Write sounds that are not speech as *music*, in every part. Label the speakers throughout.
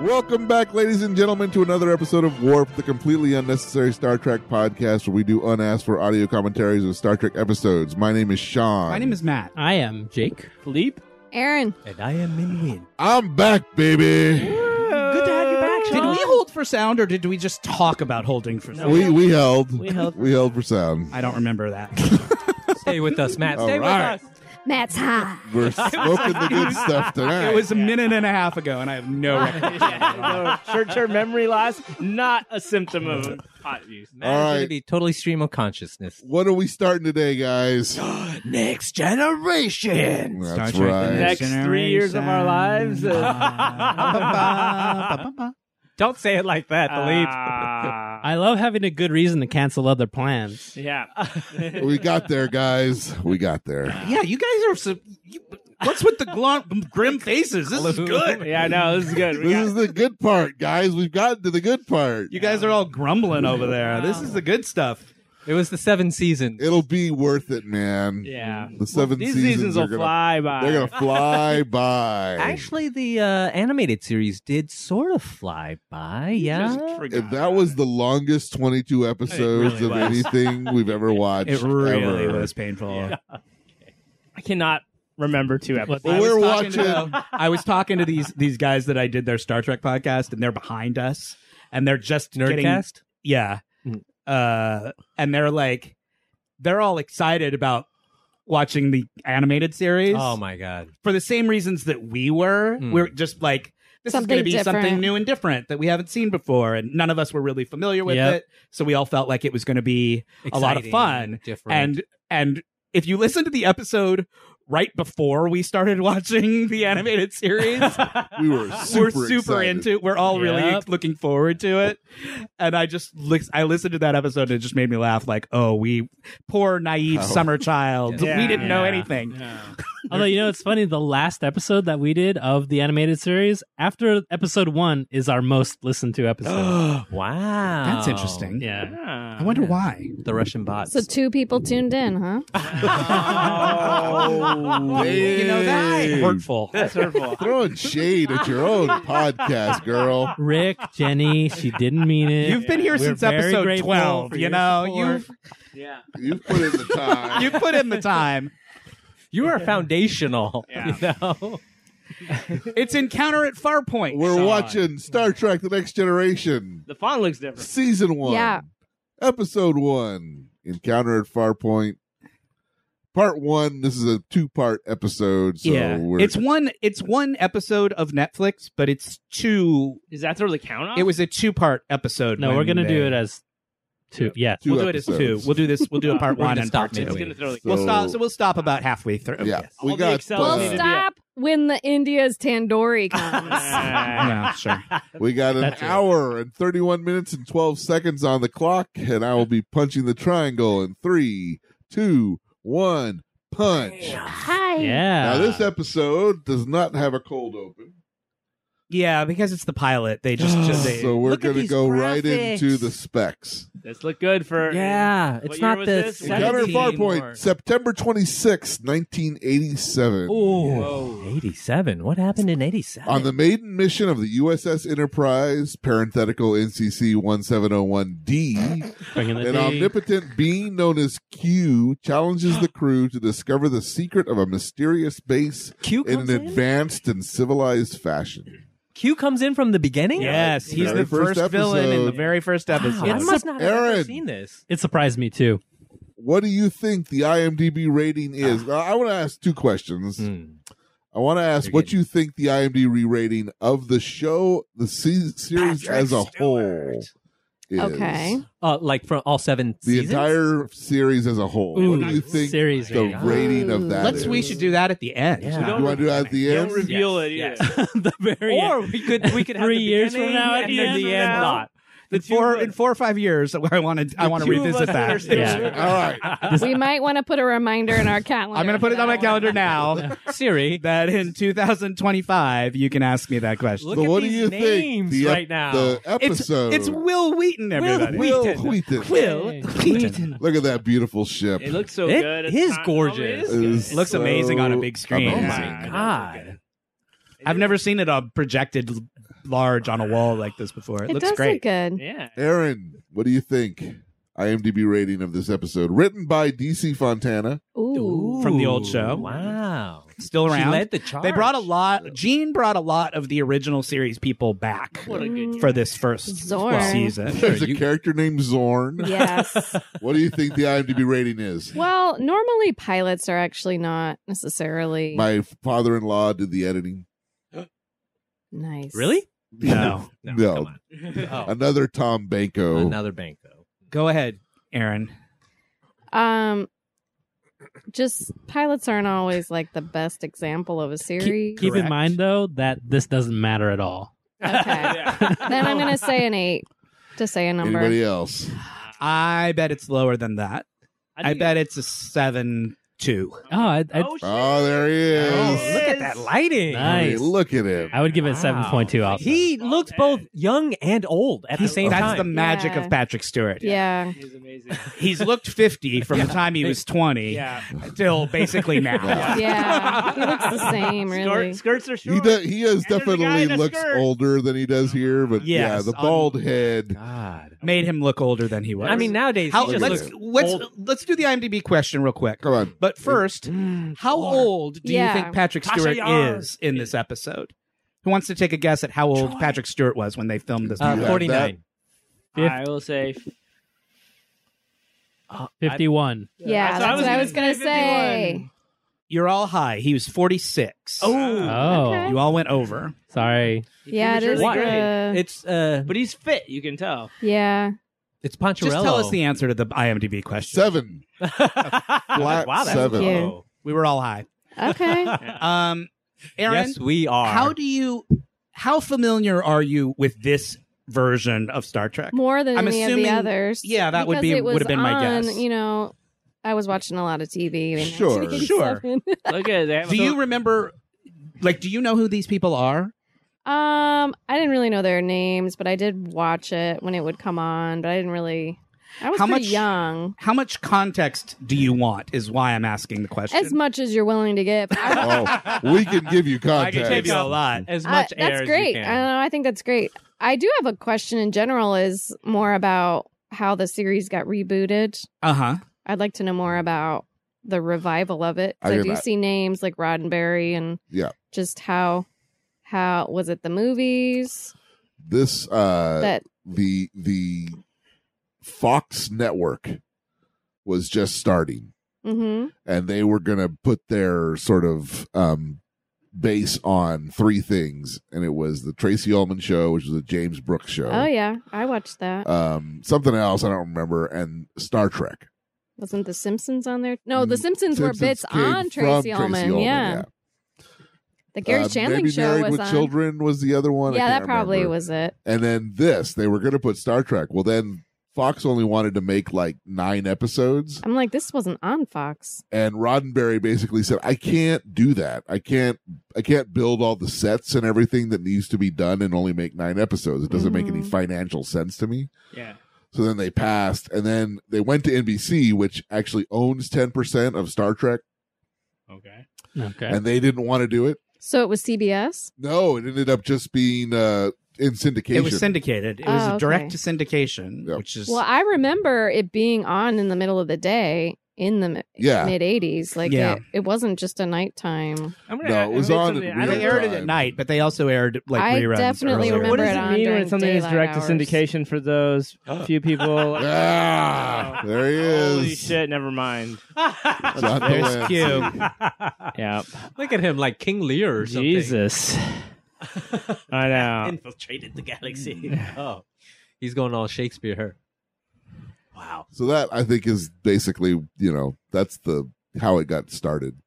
Speaker 1: Welcome back, ladies and gentlemen, to another episode of Warp, the completely unnecessary Star Trek podcast where we do unasked for audio commentaries of Star Trek episodes. My name is Sean.
Speaker 2: My name is Matt.
Speaker 3: I am Jake.
Speaker 4: Philippe.
Speaker 5: Aaron.
Speaker 6: And I am Min Win.
Speaker 1: I'm back, baby.
Speaker 3: Good to have you back,
Speaker 2: Did we hold for sound or did we just talk about holding for sound?
Speaker 1: We we held.
Speaker 3: We held.
Speaker 1: We held for sound.
Speaker 2: I don't remember
Speaker 4: *laughs*
Speaker 2: that.
Speaker 6: Stay with us, Matt. Stay
Speaker 1: All right.
Speaker 6: with us.
Speaker 5: Matt's high.
Speaker 1: We're smoking the good stuff tonight.
Speaker 2: It was a minute and a half ago, and I have no record.
Speaker 4: No, short-term memory loss, not a
Speaker 3: *laughs*
Speaker 4: symptom of pot use.
Speaker 6: Matt
Speaker 1: All
Speaker 6: is going
Speaker 1: right.
Speaker 6: to be totally stream of consciousness.
Speaker 1: what are we starting today, guys? That's
Speaker 6: Next generation.
Speaker 2: Star Trek,
Speaker 1: right.
Speaker 2: the
Speaker 4: Next three years of our lives. uh,
Speaker 2: generation. Ba-ba-ba-ba-ba.
Speaker 6: Don't say it like that, Philippe.
Speaker 4: Ah,
Speaker 3: I love having a good reason to cancel other plans.
Speaker 4: yeah.
Speaker 1: We got there, guys. We got there.
Speaker 2: *laughs* yeah, you guys are. So, you, what's with the glum, grim faces? This is good.
Speaker 4: *laughs* yeah, I know. This is good. We
Speaker 3: *laughs*
Speaker 1: This
Speaker 4: got,
Speaker 1: is the good part, guys. We've gotten to the good part.
Speaker 2: You guys are all grumbling over there. This is the good stuff.
Speaker 6: It was the seven seasons.
Speaker 1: It'll be worth it, man.
Speaker 4: yeah.
Speaker 1: The seven
Speaker 4: These
Speaker 1: seasons,
Speaker 4: seasons
Speaker 1: are
Speaker 4: will
Speaker 1: gonna,
Speaker 4: fly by.
Speaker 1: They're gonna fly by.
Speaker 6: Actually, the uh, animated series did sort of fly by.
Speaker 4: Just
Speaker 6: Yeah.
Speaker 4: forgot.
Speaker 1: If that was the longest 22 episodes
Speaker 4: really
Speaker 1: of
Speaker 4: was.
Speaker 1: anything we've ever watched.
Speaker 2: *laughs* It really
Speaker 1: ever.
Speaker 2: was painful.
Speaker 4: I cannot remember two episodes.
Speaker 1: Well, we're watching.
Speaker 2: I was talking to these these guys that I did their Star Trek podcast, and they're behind us, and they're just getting
Speaker 6: Nerdcast.
Speaker 2: yeah,
Speaker 6: Mm.
Speaker 2: uh, and they're like, they're all excited about watching the animated series
Speaker 6: Oh my god.
Speaker 2: for the same reasons that we were.
Speaker 6: Mm.
Speaker 2: We're just like. This is going to
Speaker 5: Something
Speaker 2: be something
Speaker 5: different.
Speaker 2: new and different that we haven't seen before, and none of us were really familiar with
Speaker 6: Yep.
Speaker 2: it. So we all felt like it was going to be A lot of
Speaker 6: Exciting,
Speaker 2: fun,
Speaker 6: Different.
Speaker 2: and and if you listen to the episode right before we started *laughs* watching the animated series,
Speaker 4: *laughs*
Speaker 1: We were super,
Speaker 2: we're super
Speaker 1: excited.
Speaker 2: into. We're all really
Speaker 6: Yep.
Speaker 2: looking forward to it. And I just lis- I listened to that episode and it just made me laugh. Like, oh, we poor naive
Speaker 1: Oh.
Speaker 2: summer child.
Speaker 4: Yeah.
Speaker 2: We didn't know
Speaker 4: Yeah.
Speaker 2: anything.
Speaker 3: *laughs* Although you know, it's funny. The last episode that we did of the animated series after episode one is our most listened to episode.
Speaker 6: *gasps* wow.
Speaker 3: yeah.
Speaker 4: *gasps* Yeah.
Speaker 2: I wonder why.
Speaker 6: The Russian bots.
Speaker 5: So two people tuned in, huh?
Speaker 1: Oh,
Speaker 2: *laughs* You know that-
Speaker 1: dang.
Speaker 6: hurtful.
Speaker 4: That's hurtful.
Speaker 1: Throwing shade at your
Speaker 2: *laughs*
Speaker 1: own podcast, girl.
Speaker 3: Rick, Jenny, she didn't mean it.
Speaker 2: You've been here
Speaker 3: We're
Speaker 2: since
Speaker 3: very
Speaker 2: episode
Speaker 3: grateful
Speaker 2: twelve.
Speaker 3: for
Speaker 2: You
Speaker 3: your
Speaker 2: know,
Speaker 3: support.
Speaker 2: you've
Speaker 4: Yeah.
Speaker 1: You put in the
Speaker 2: *laughs*
Speaker 1: time.
Speaker 2: you put in the time.
Speaker 6: *laughs* You are foundational.
Speaker 4: *laughs* Yeah.
Speaker 3: *laughs*
Speaker 6: You know?
Speaker 2: It's encounter at Farpoint.
Speaker 1: We're
Speaker 2: Sean.
Speaker 1: watching Star Trek: The Next Generation,
Speaker 4: The font looks different.
Speaker 1: season one,
Speaker 5: Yeah.
Speaker 1: episode one, Encounter at Farpoint, part one. This is a two-part episode, so
Speaker 2: yeah,
Speaker 1: we're
Speaker 2: it's one. It's one episode of Netflix, but it's two.
Speaker 4: Does that throw the count off?
Speaker 2: It was a two-part episode.
Speaker 3: No, we're
Speaker 2: when
Speaker 3: gonna do
Speaker 2: they-
Speaker 3: it as two. Yeah.
Speaker 1: two
Speaker 2: we'll
Speaker 1: episodes.
Speaker 2: do it as two. We'll do this. We'll do a part
Speaker 6: We're
Speaker 2: one
Speaker 6: gonna
Speaker 2: and
Speaker 6: stop
Speaker 2: part two.
Speaker 4: It's gonna throw the
Speaker 1: So-
Speaker 2: We'll stop. So we'll stop about halfway through.
Speaker 1: Yeah,
Speaker 2: Yes.
Speaker 1: we
Speaker 4: All the
Speaker 1: got
Speaker 4: Excel
Speaker 1: uh,
Speaker 4: needed
Speaker 5: We'll
Speaker 4: to be *laughs*
Speaker 5: stop when the India's tandoori comes.
Speaker 4: count.
Speaker 2: Yeah, sure.
Speaker 1: we got an
Speaker 3: That's it.
Speaker 1: hour and thirty one minutes and twelve seconds on the clock, and I will be punching the triangle in three, two, one, punch.
Speaker 5: Hi.
Speaker 3: Yeah.
Speaker 1: Now this episode does not have a cold open,
Speaker 2: Yeah, because it's the pilot. They
Speaker 1: *sighs* *gasps*
Speaker 2: just just they,
Speaker 1: so we're
Speaker 6: Look at
Speaker 1: going to
Speaker 6: these
Speaker 1: go right
Speaker 6: graphics.
Speaker 1: into the specs.
Speaker 4: This looked good
Speaker 6: *laughs*
Speaker 4: for
Speaker 6: Yeah,
Speaker 4: What
Speaker 6: it's
Speaker 4: year
Speaker 6: not
Speaker 4: was
Speaker 6: the
Speaker 4: this?
Speaker 1: Encounter at
Speaker 6: 17
Speaker 1: Farpoint, September twenty sixth, nineteen eighty seven.
Speaker 6: Oh, 87. What happened in 87?
Speaker 1: On the maiden mission of the USS Enterprise, parenthetical NCC 1701D,
Speaker 2: *laughs*
Speaker 3: Bringing the
Speaker 1: an
Speaker 3: D.
Speaker 1: omnipotent being known as Q challenges the crew to discover the secret of a mysterious base
Speaker 6: Q
Speaker 1: in
Speaker 6: comes
Speaker 1: an
Speaker 6: in?
Speaker 1: advanced and civilized fashion.
Speaker 6: Q comes in from the beginning?
Speaker 2: yes, he's
Speaker 1: Very
Speaker 2: the
Speaker 1: first
Speaker 2: first, villain in the
Speaker 1: episode.
Speaker 2: very first
Speaker 6: Wow,
Speaker 2: episode.
Speaker 6: I must not have
Speaker 1: Aaron.
Speaker 6: ever seen this.
Speaker 3: It surprised me *laughs* too.
Speaker 1: What do you think the IMDb rating
Speaker 6: Ah.
Speaker 1: is? Now, I want to ask two questions.
Speaker 2: Hmm.
Speaker 1: I want to ask
Speaker 6: Hmm. You're
Speaker 1: what
Speaker 6: getting-
Speaker 1: you think the IMDb rating of the show, the se- series
Speaker 6: Patrick
Speaker 1: as a
Speaker 6: Stewart.
Speaker 1: whole is.
Speaker 5: Okay.
Speaker 6: Uh, like from all seven
Speaker 1: The
Speaker 6: seasons?
Speaker 1: entire series as a whole.
Speaker 3: Ooh,
Speaker 1: what do you think
Speaker 3: series
Speaker 1: the
Speaker 3: rating.
Speaker 1: rating of that
Speaker 2: Let's. We
Speaker 1: is?
Speaker 2: should do that at the end.
Speaker 6: Yeah.
Speaker 2: You
Speaker 6: We
Speaker 1: You
Speaker 2: know?
Speaker 4: don't-
Speaker 1: want to do that at the end?
Speaker 4: Don't reveal it either.
Speaker 6: Yes,
Speaker 3: the very
Speaker 6: Or we
Speaker 2: *laughs*
Speaker 6: could *laughs* we could have
Speaker 3: Three
Speaker 6: the
Speaker 3: years from
Speaker 6: beginning
Speaker 3: now
Speaker 6: and
Speaker 3: at the
Speaker 6: then
Speaker 3: end
Speaker 6: the
Speaker 3: from
Speaker 6: end
Speaker 3: now. *laughs*
Speaker 6: thought.
Speaker 2: in
Speaker 4: two
Speaker 2: four
Speaker 4: of us-
Speaker 2: in four or five years, I want to I want to
Speaker 4: Two of
Speaker 2: revisit
Speaker 4: us that are
Speaker 2: that.
Speaker 4: still
Speaker 3: Yeah.
Speaker 4: here.
Speaker 1: All right.
Speaker 5: We might want to put a reminder in our calendar.
Speaker 2: I'm going to put it on my calendar now
Speaker 6: Siri,
Speaker 2: that in 2025 you can ask me that question.
Speaker 6: look
Speaker 1: so
Speaker 6: at
Speaker 1: what do
Speaker 6: these
Speaker 1: you think
Speaker 6: names
Speaker 1: the, ep-
Speaker 6: right now.
Speaker 1: the
Speaker 2: It's
Speaker 1: episode?
Speaker 2: it's Will Wheaton, everybody.
Speaker 1: Will
Speaker 6: Wheaton. *laughs*
Speaker 1: Wheaton.
Speaker 2: Will Wheaton.
Speaker 1: Look at that beautiful ship.
Speaker 4: It looks so
Speaker 6: It
Speaker 4: good.
Speaker 6: is
Speaker 4: not-
Speaker 6: gorgeous.
Speaker 4: Oh, it is
Speaker 1: It
Speaker 4: good.
Speaker 1: is
Speaker 2: Looks
Speaker 1: so
Speaker 2: amazing on a big screen.
Speaker 6: oh
Speaker 1: amazing.
Speaker 6: my
Speaker 4: Yeah.
Speaker 6: god.
Speaker 2: I've never seen it on projected large on a wall like this before. It,
Speaker 5: It
Speaker 2: looks
Speaker 5: does
Speaker 2: great.
Speaker 5: look good.
Speaker 4: Yeah.
Speaker 1: Aaron, what do you think? IMDb rating of this episode, written by DC Fontana.
Speaker 5: Ooh.
Speaker 2: From the old
Speaker 6: Ooh,
Speaker 2: show.
Speaker 6: Wow.
Speaker 2: Still
Speaker 6: She
Speaker 2: around.
Speaker 6: led the charge.
Speaker 2: They brought a lot. Gene brought a lot of the original series people back
Speaker 4: What a good
Speaker 2: for this first
Speaker 5: Zorn.
Speaker 1: *laughs*
Speaker 2: season.
Speaker 1: There's a
Speaker 6: you-
Speaker 1: character named Zorn.
Speaker 5: Yes.
Speaker 1: What do you think the IMDb rating is?
Speaker 5: well, normally pilots are actually not necessarily
Speaker 1: My father-in-law did the editing.
Speaker 5: nice.
Speaker 6: Really?
Speaker 1: *laughs*
Speaker 2: No.
Speaker 1: No.
Speaker 6: Come on. Oh,
Speaker 1: Another Tom Banco.
Speaker 6: another Banco.
Speaker 2: Go ahead, Aaron.
Speaker 5: Um, just pilots aren't always like the best example of a
Speaker 3: *laughs*
Speaker 5: series.
Speaker 3: Keep, keep in
Speaker 2: Correct.
Speaker 3: mind though that this doesn't matter at all.
Speaker 5: *laughs* Okay. then I'm gonna say an eight to say a number.
Speaker 1: Anybody else?
Speaker 2: I bet it's lower than that. I,
Speaker 4: think-
Speaker 2: bet it's a seven two.
Speaker 3: Oh, I, I,
Speaker 4: Oh, shit.
Speaker 1: Oh, there he is.
Speaker 4: Oh,
Speaker 6: look at that lighting.
Speaker 3: Nice.
Speaker 1: Hey, look at him.
Speaker 3: I would give it
Speaker 6: Wow.
Speaker 3: seven point two. Also,
Speaker 6: He looks both young and old at the same
Speaker 2: That's the
Speaker 6: time.
Speaker 2: magic
Speaker 5: Yeah.
Speaker 2: of Patrick Stewart.
Speaker 5: yeah.
Speaker 4: He's amazing.
Speaker 2: He's looked fifty from the time he was twenty
Speaker 4: Yeah.
Speaker 2: till
Speaker 6: *laughs*
Speaker 2: basically now.
Speaker 1: Yeah.
Speaker 5: Yeah. He looks the same, really.
Speaker 4: Skirt, skirts are short.
Speaker 1: He does, he is
Speaker 4: And there's a guy
Speaker 1: definitely
Speaker 4: in a
Speaker 1: looks
Speaker 4: skirt. um,
Speaker 1: older than he does here, but yeah,
Speaker 2: Yes,
Speaker 1: the
Speaker 2: on-
Speaker 1: bald head.
Speaker 6: God.
Speaker 2: Made him look older than he was.
Speaker 6: I mean, nowadays
Speaker 2: how,
Speaker 6: he just
Speaker 2: let's
Speaker 6: looks
Speaker 2: let's
Speaker 6: old.
Speaker 2: let's do the IMDb question real quick.
Speaker 1: Come on.
Speaker 2: But first, how old do
Speaker 5: Yeah.
Speaker 2: you think Patrick
Speaker 4: Tasha
Speaker 2: Stewart
Speaker 4: Yar.
Speaker 2: is in this episode? Who wants to take a guess at how old Patrick Stewart was when they filmed this?
Speaker 1: Uh,
Speaker 2: movie?
Speaker 1: that.
Speaker 6: 49.
Speaker 4: I will say.
Speaker 6: Uh,
Speaker 3: fifty one.
Speaker 5: Yeah, that's what I was gonna say.
Speaker 2: You're all high. He was 46.
Speaker 3: Oh,
Speaker 5: Okay.
Speaker 2: you all went over.
Speaker 3: sorry.
Speaker 5: Yeah, it is.
Speaker 6: Why?
Speaker 5: The,
Speaker 6: It's uh
Speaker 4: But he's fit. You can tell.
Speaker 5: yeah.
Speaker 6: it's Poncherello.
Speaker 2: Just tell
Speaker 6: *laughs*
Speaker 2: us the answer to the IMDb question.
Speaker 1: Seven. Flat
Speaker 6: wow, that's
Speaker 1: seven.
Speaker 5: Yeah.
Speaker 6: low.
Speaker 2: We were all high. *laughs*
Speaker 5: Okay.
Speaker 2: Um, Aaron,
Speaker 6: Yes, we are.
Speaker 2: how do you? How familiar are you with this version of Star Trek?
Speaker 5: More than
Speaker 2: I'm
Speaker 5: any
Speaker 2: assuming-
Speaker 5: of the others.
Speaker 2: yeah, that would
Speaker 5: because
Speaker 2: be-
Speaker 5: it was
Speaker 2: would have been my
Speaker 5: on,
Speaker 2: guess.
Speaker 5: You know, I was watching a lot of TV. in *laughs*
Speaker 1: Sure.
Speaker 5: 1987.
Speaker 4: Look at
Speaker 1: *laughs*
Speaker 4: that.
Speaker 2: Do you remember? Like, do you know who these people are?
Speaker 5: Um, I didn't really know their names, but I did watch it when it would come on. But I didn't really. I was
Speaker 2: How
Speaker 5: pretty
Speaker 2: much-
Speaker 5: young.
Speaker 2: How much context do you want? Is why I'm asking the question.
Speaker 5: As much as you're willing to give. I,
Speaker 1: Oh, we can give
Speaker 4: *laughs*
Speaker 1: you
Speaker 2: I can give
Speaker 1: context.
Speaker 2: you a lot.
Speaker 6: as
Speaker 5: I-
Speaker 6: much air
Speaker 5: that's great.
Speaker 6: as you
Speaker 5: I don't
Speaker 6: can?
Speaker 5: know. I think that's great. I do have a question in general. Is more about how the series got rebooted.
Speaker 2: Uh huh.
Speaker 5: I'd like to know more about the revival of it. 'cause
Speaker 1: I
Speaker 5: I,
Speaker 1: hear
Speaker 5: do
Speaker 1: that.
Speaker 5: see names like Roddenberry and
Speaker 1: Yeah.
Speaker 5: just how how was it the movies
Speaker 1: This uh
Speaker 5: that
Speaker 1: the the Fox network was just starting
Speaker 5: hmm
Speaker 1: and they were going to put their sort of um base on three things and it was the Tracy Ullman show, which was a James Brooks show.
Speaker 5: oh yeah I watched that
Speaker 1: Um something else I don't remember and Star Trek.
Speaker 5: Wasn't The Simpsons on there? No, The
Speaker 1: Mm,
Speaker 5: Simpsons, were
Speaker 1: Simpsons
Speaker 5: bits
Speaker 1: came
Speaker 5: on
Speaker 1: from
Speaker 5: Tracy Ullman. yeah. the Gary
Speaker 1: Uh,
Speaker 5: Shandling
Speaker 1: Maybe
Speaker 5: show
Speaker 1: Married
Speaker 5: was
Speaker 1: with
Speaker 5: on.
Speaker 1: Children was the other one. I
Speaker 5: yeah,
Speaker 1: can't
Speaker 5: that probably
Speaker 1: remember.
Speaker 5: was it.
Speaker 1: And then this, they were going to put Star Trek. Well, then Fox only wanted to make like nine episodes,
Speaker 5: I'm like, this wasn't on Fox.
Speaker 1: and Roddenberry basically said, "I can't do that. I can't. I can't build all the sets and everything that needs to be done, and only make nine episodes. It doesn't make any
Speaker 5: Mhm.
Speaker 1: financial sense to me."
Speaker 4: Yeah.
Speaker 1: So then they passed, and then they went to NBC, which actually owns ten percent of Star Trek,
Speaker 4: Okay.
Speaker 3: Okay.
Speaker 1: and they didn't want to do it.
Speaker 5: So it was CBS.
Speaker 1: No, it ended up just being uh, in syndication.
Speaker 2: It was syndicated. It was
Speaker 5: Oh,
Speaker 2: a
Speaker 5: okay.
Speaker 2: direct to syndication,
Speaker 1: Yep.
Speaker 2: which is
Speaker 5: Well, I remember it being on in the middle of the day in the
Speaker 1: Yeah.
Speaker 5: mid '80s. Like
Speaker 2: Yeah.
Speaker 5: it, it wasn't just a nighttime.
Speaker 4: I'm
Speaker 1: No, it
Speaker 4: I- I
Speaker 1: was
Speaker 4: made
Speaker 1: on
Speaker 4: something-
Speaker 1: at
Speaker 4: I don't
Speaker 2: they
Speaker 1: real
Speaker 4: know-
Speaker 2: aired it at
Speaker 1: time.
Speaker 2: night, but they also aired like
Speaker 5: I
Speaker 2: reruns.
Speaker 5: definitely
Speaker 2: earlier.
Speaker 5: remember
Speaker 4: What does
Speaker 5: it on
Speaker 4: it mean
Speaker 5: during
Speaker 4: when something is
Speaker 5: daylight
Speaker 4: direct
Speaker 5: hours.
Speaker 4: to syndication
Speaker 1: *laughs*
Speaker 4: for those few people?
Speaker 1: Ah, there he is.
Speaker 4: Holy shit! Never mind.
Speaker 1: John
Speaker 2: There's
Speaker 1: Delancey.
Speaker 2: Q.
Speaker 4: Yeah.
Speaker 6: *laughs* Look at him like King Lear or something. *laughs*
Speaker 4: Jesus.
Speaker 2: Uh,
Speaker 1: *laughs*
Speaker 4: I know.
Speaker 6: Infiltrated the galaxy. oh. He's going all Shakespeare here. Wow.
Speaker 1: So that I think is basically, you know, that's the how it got started.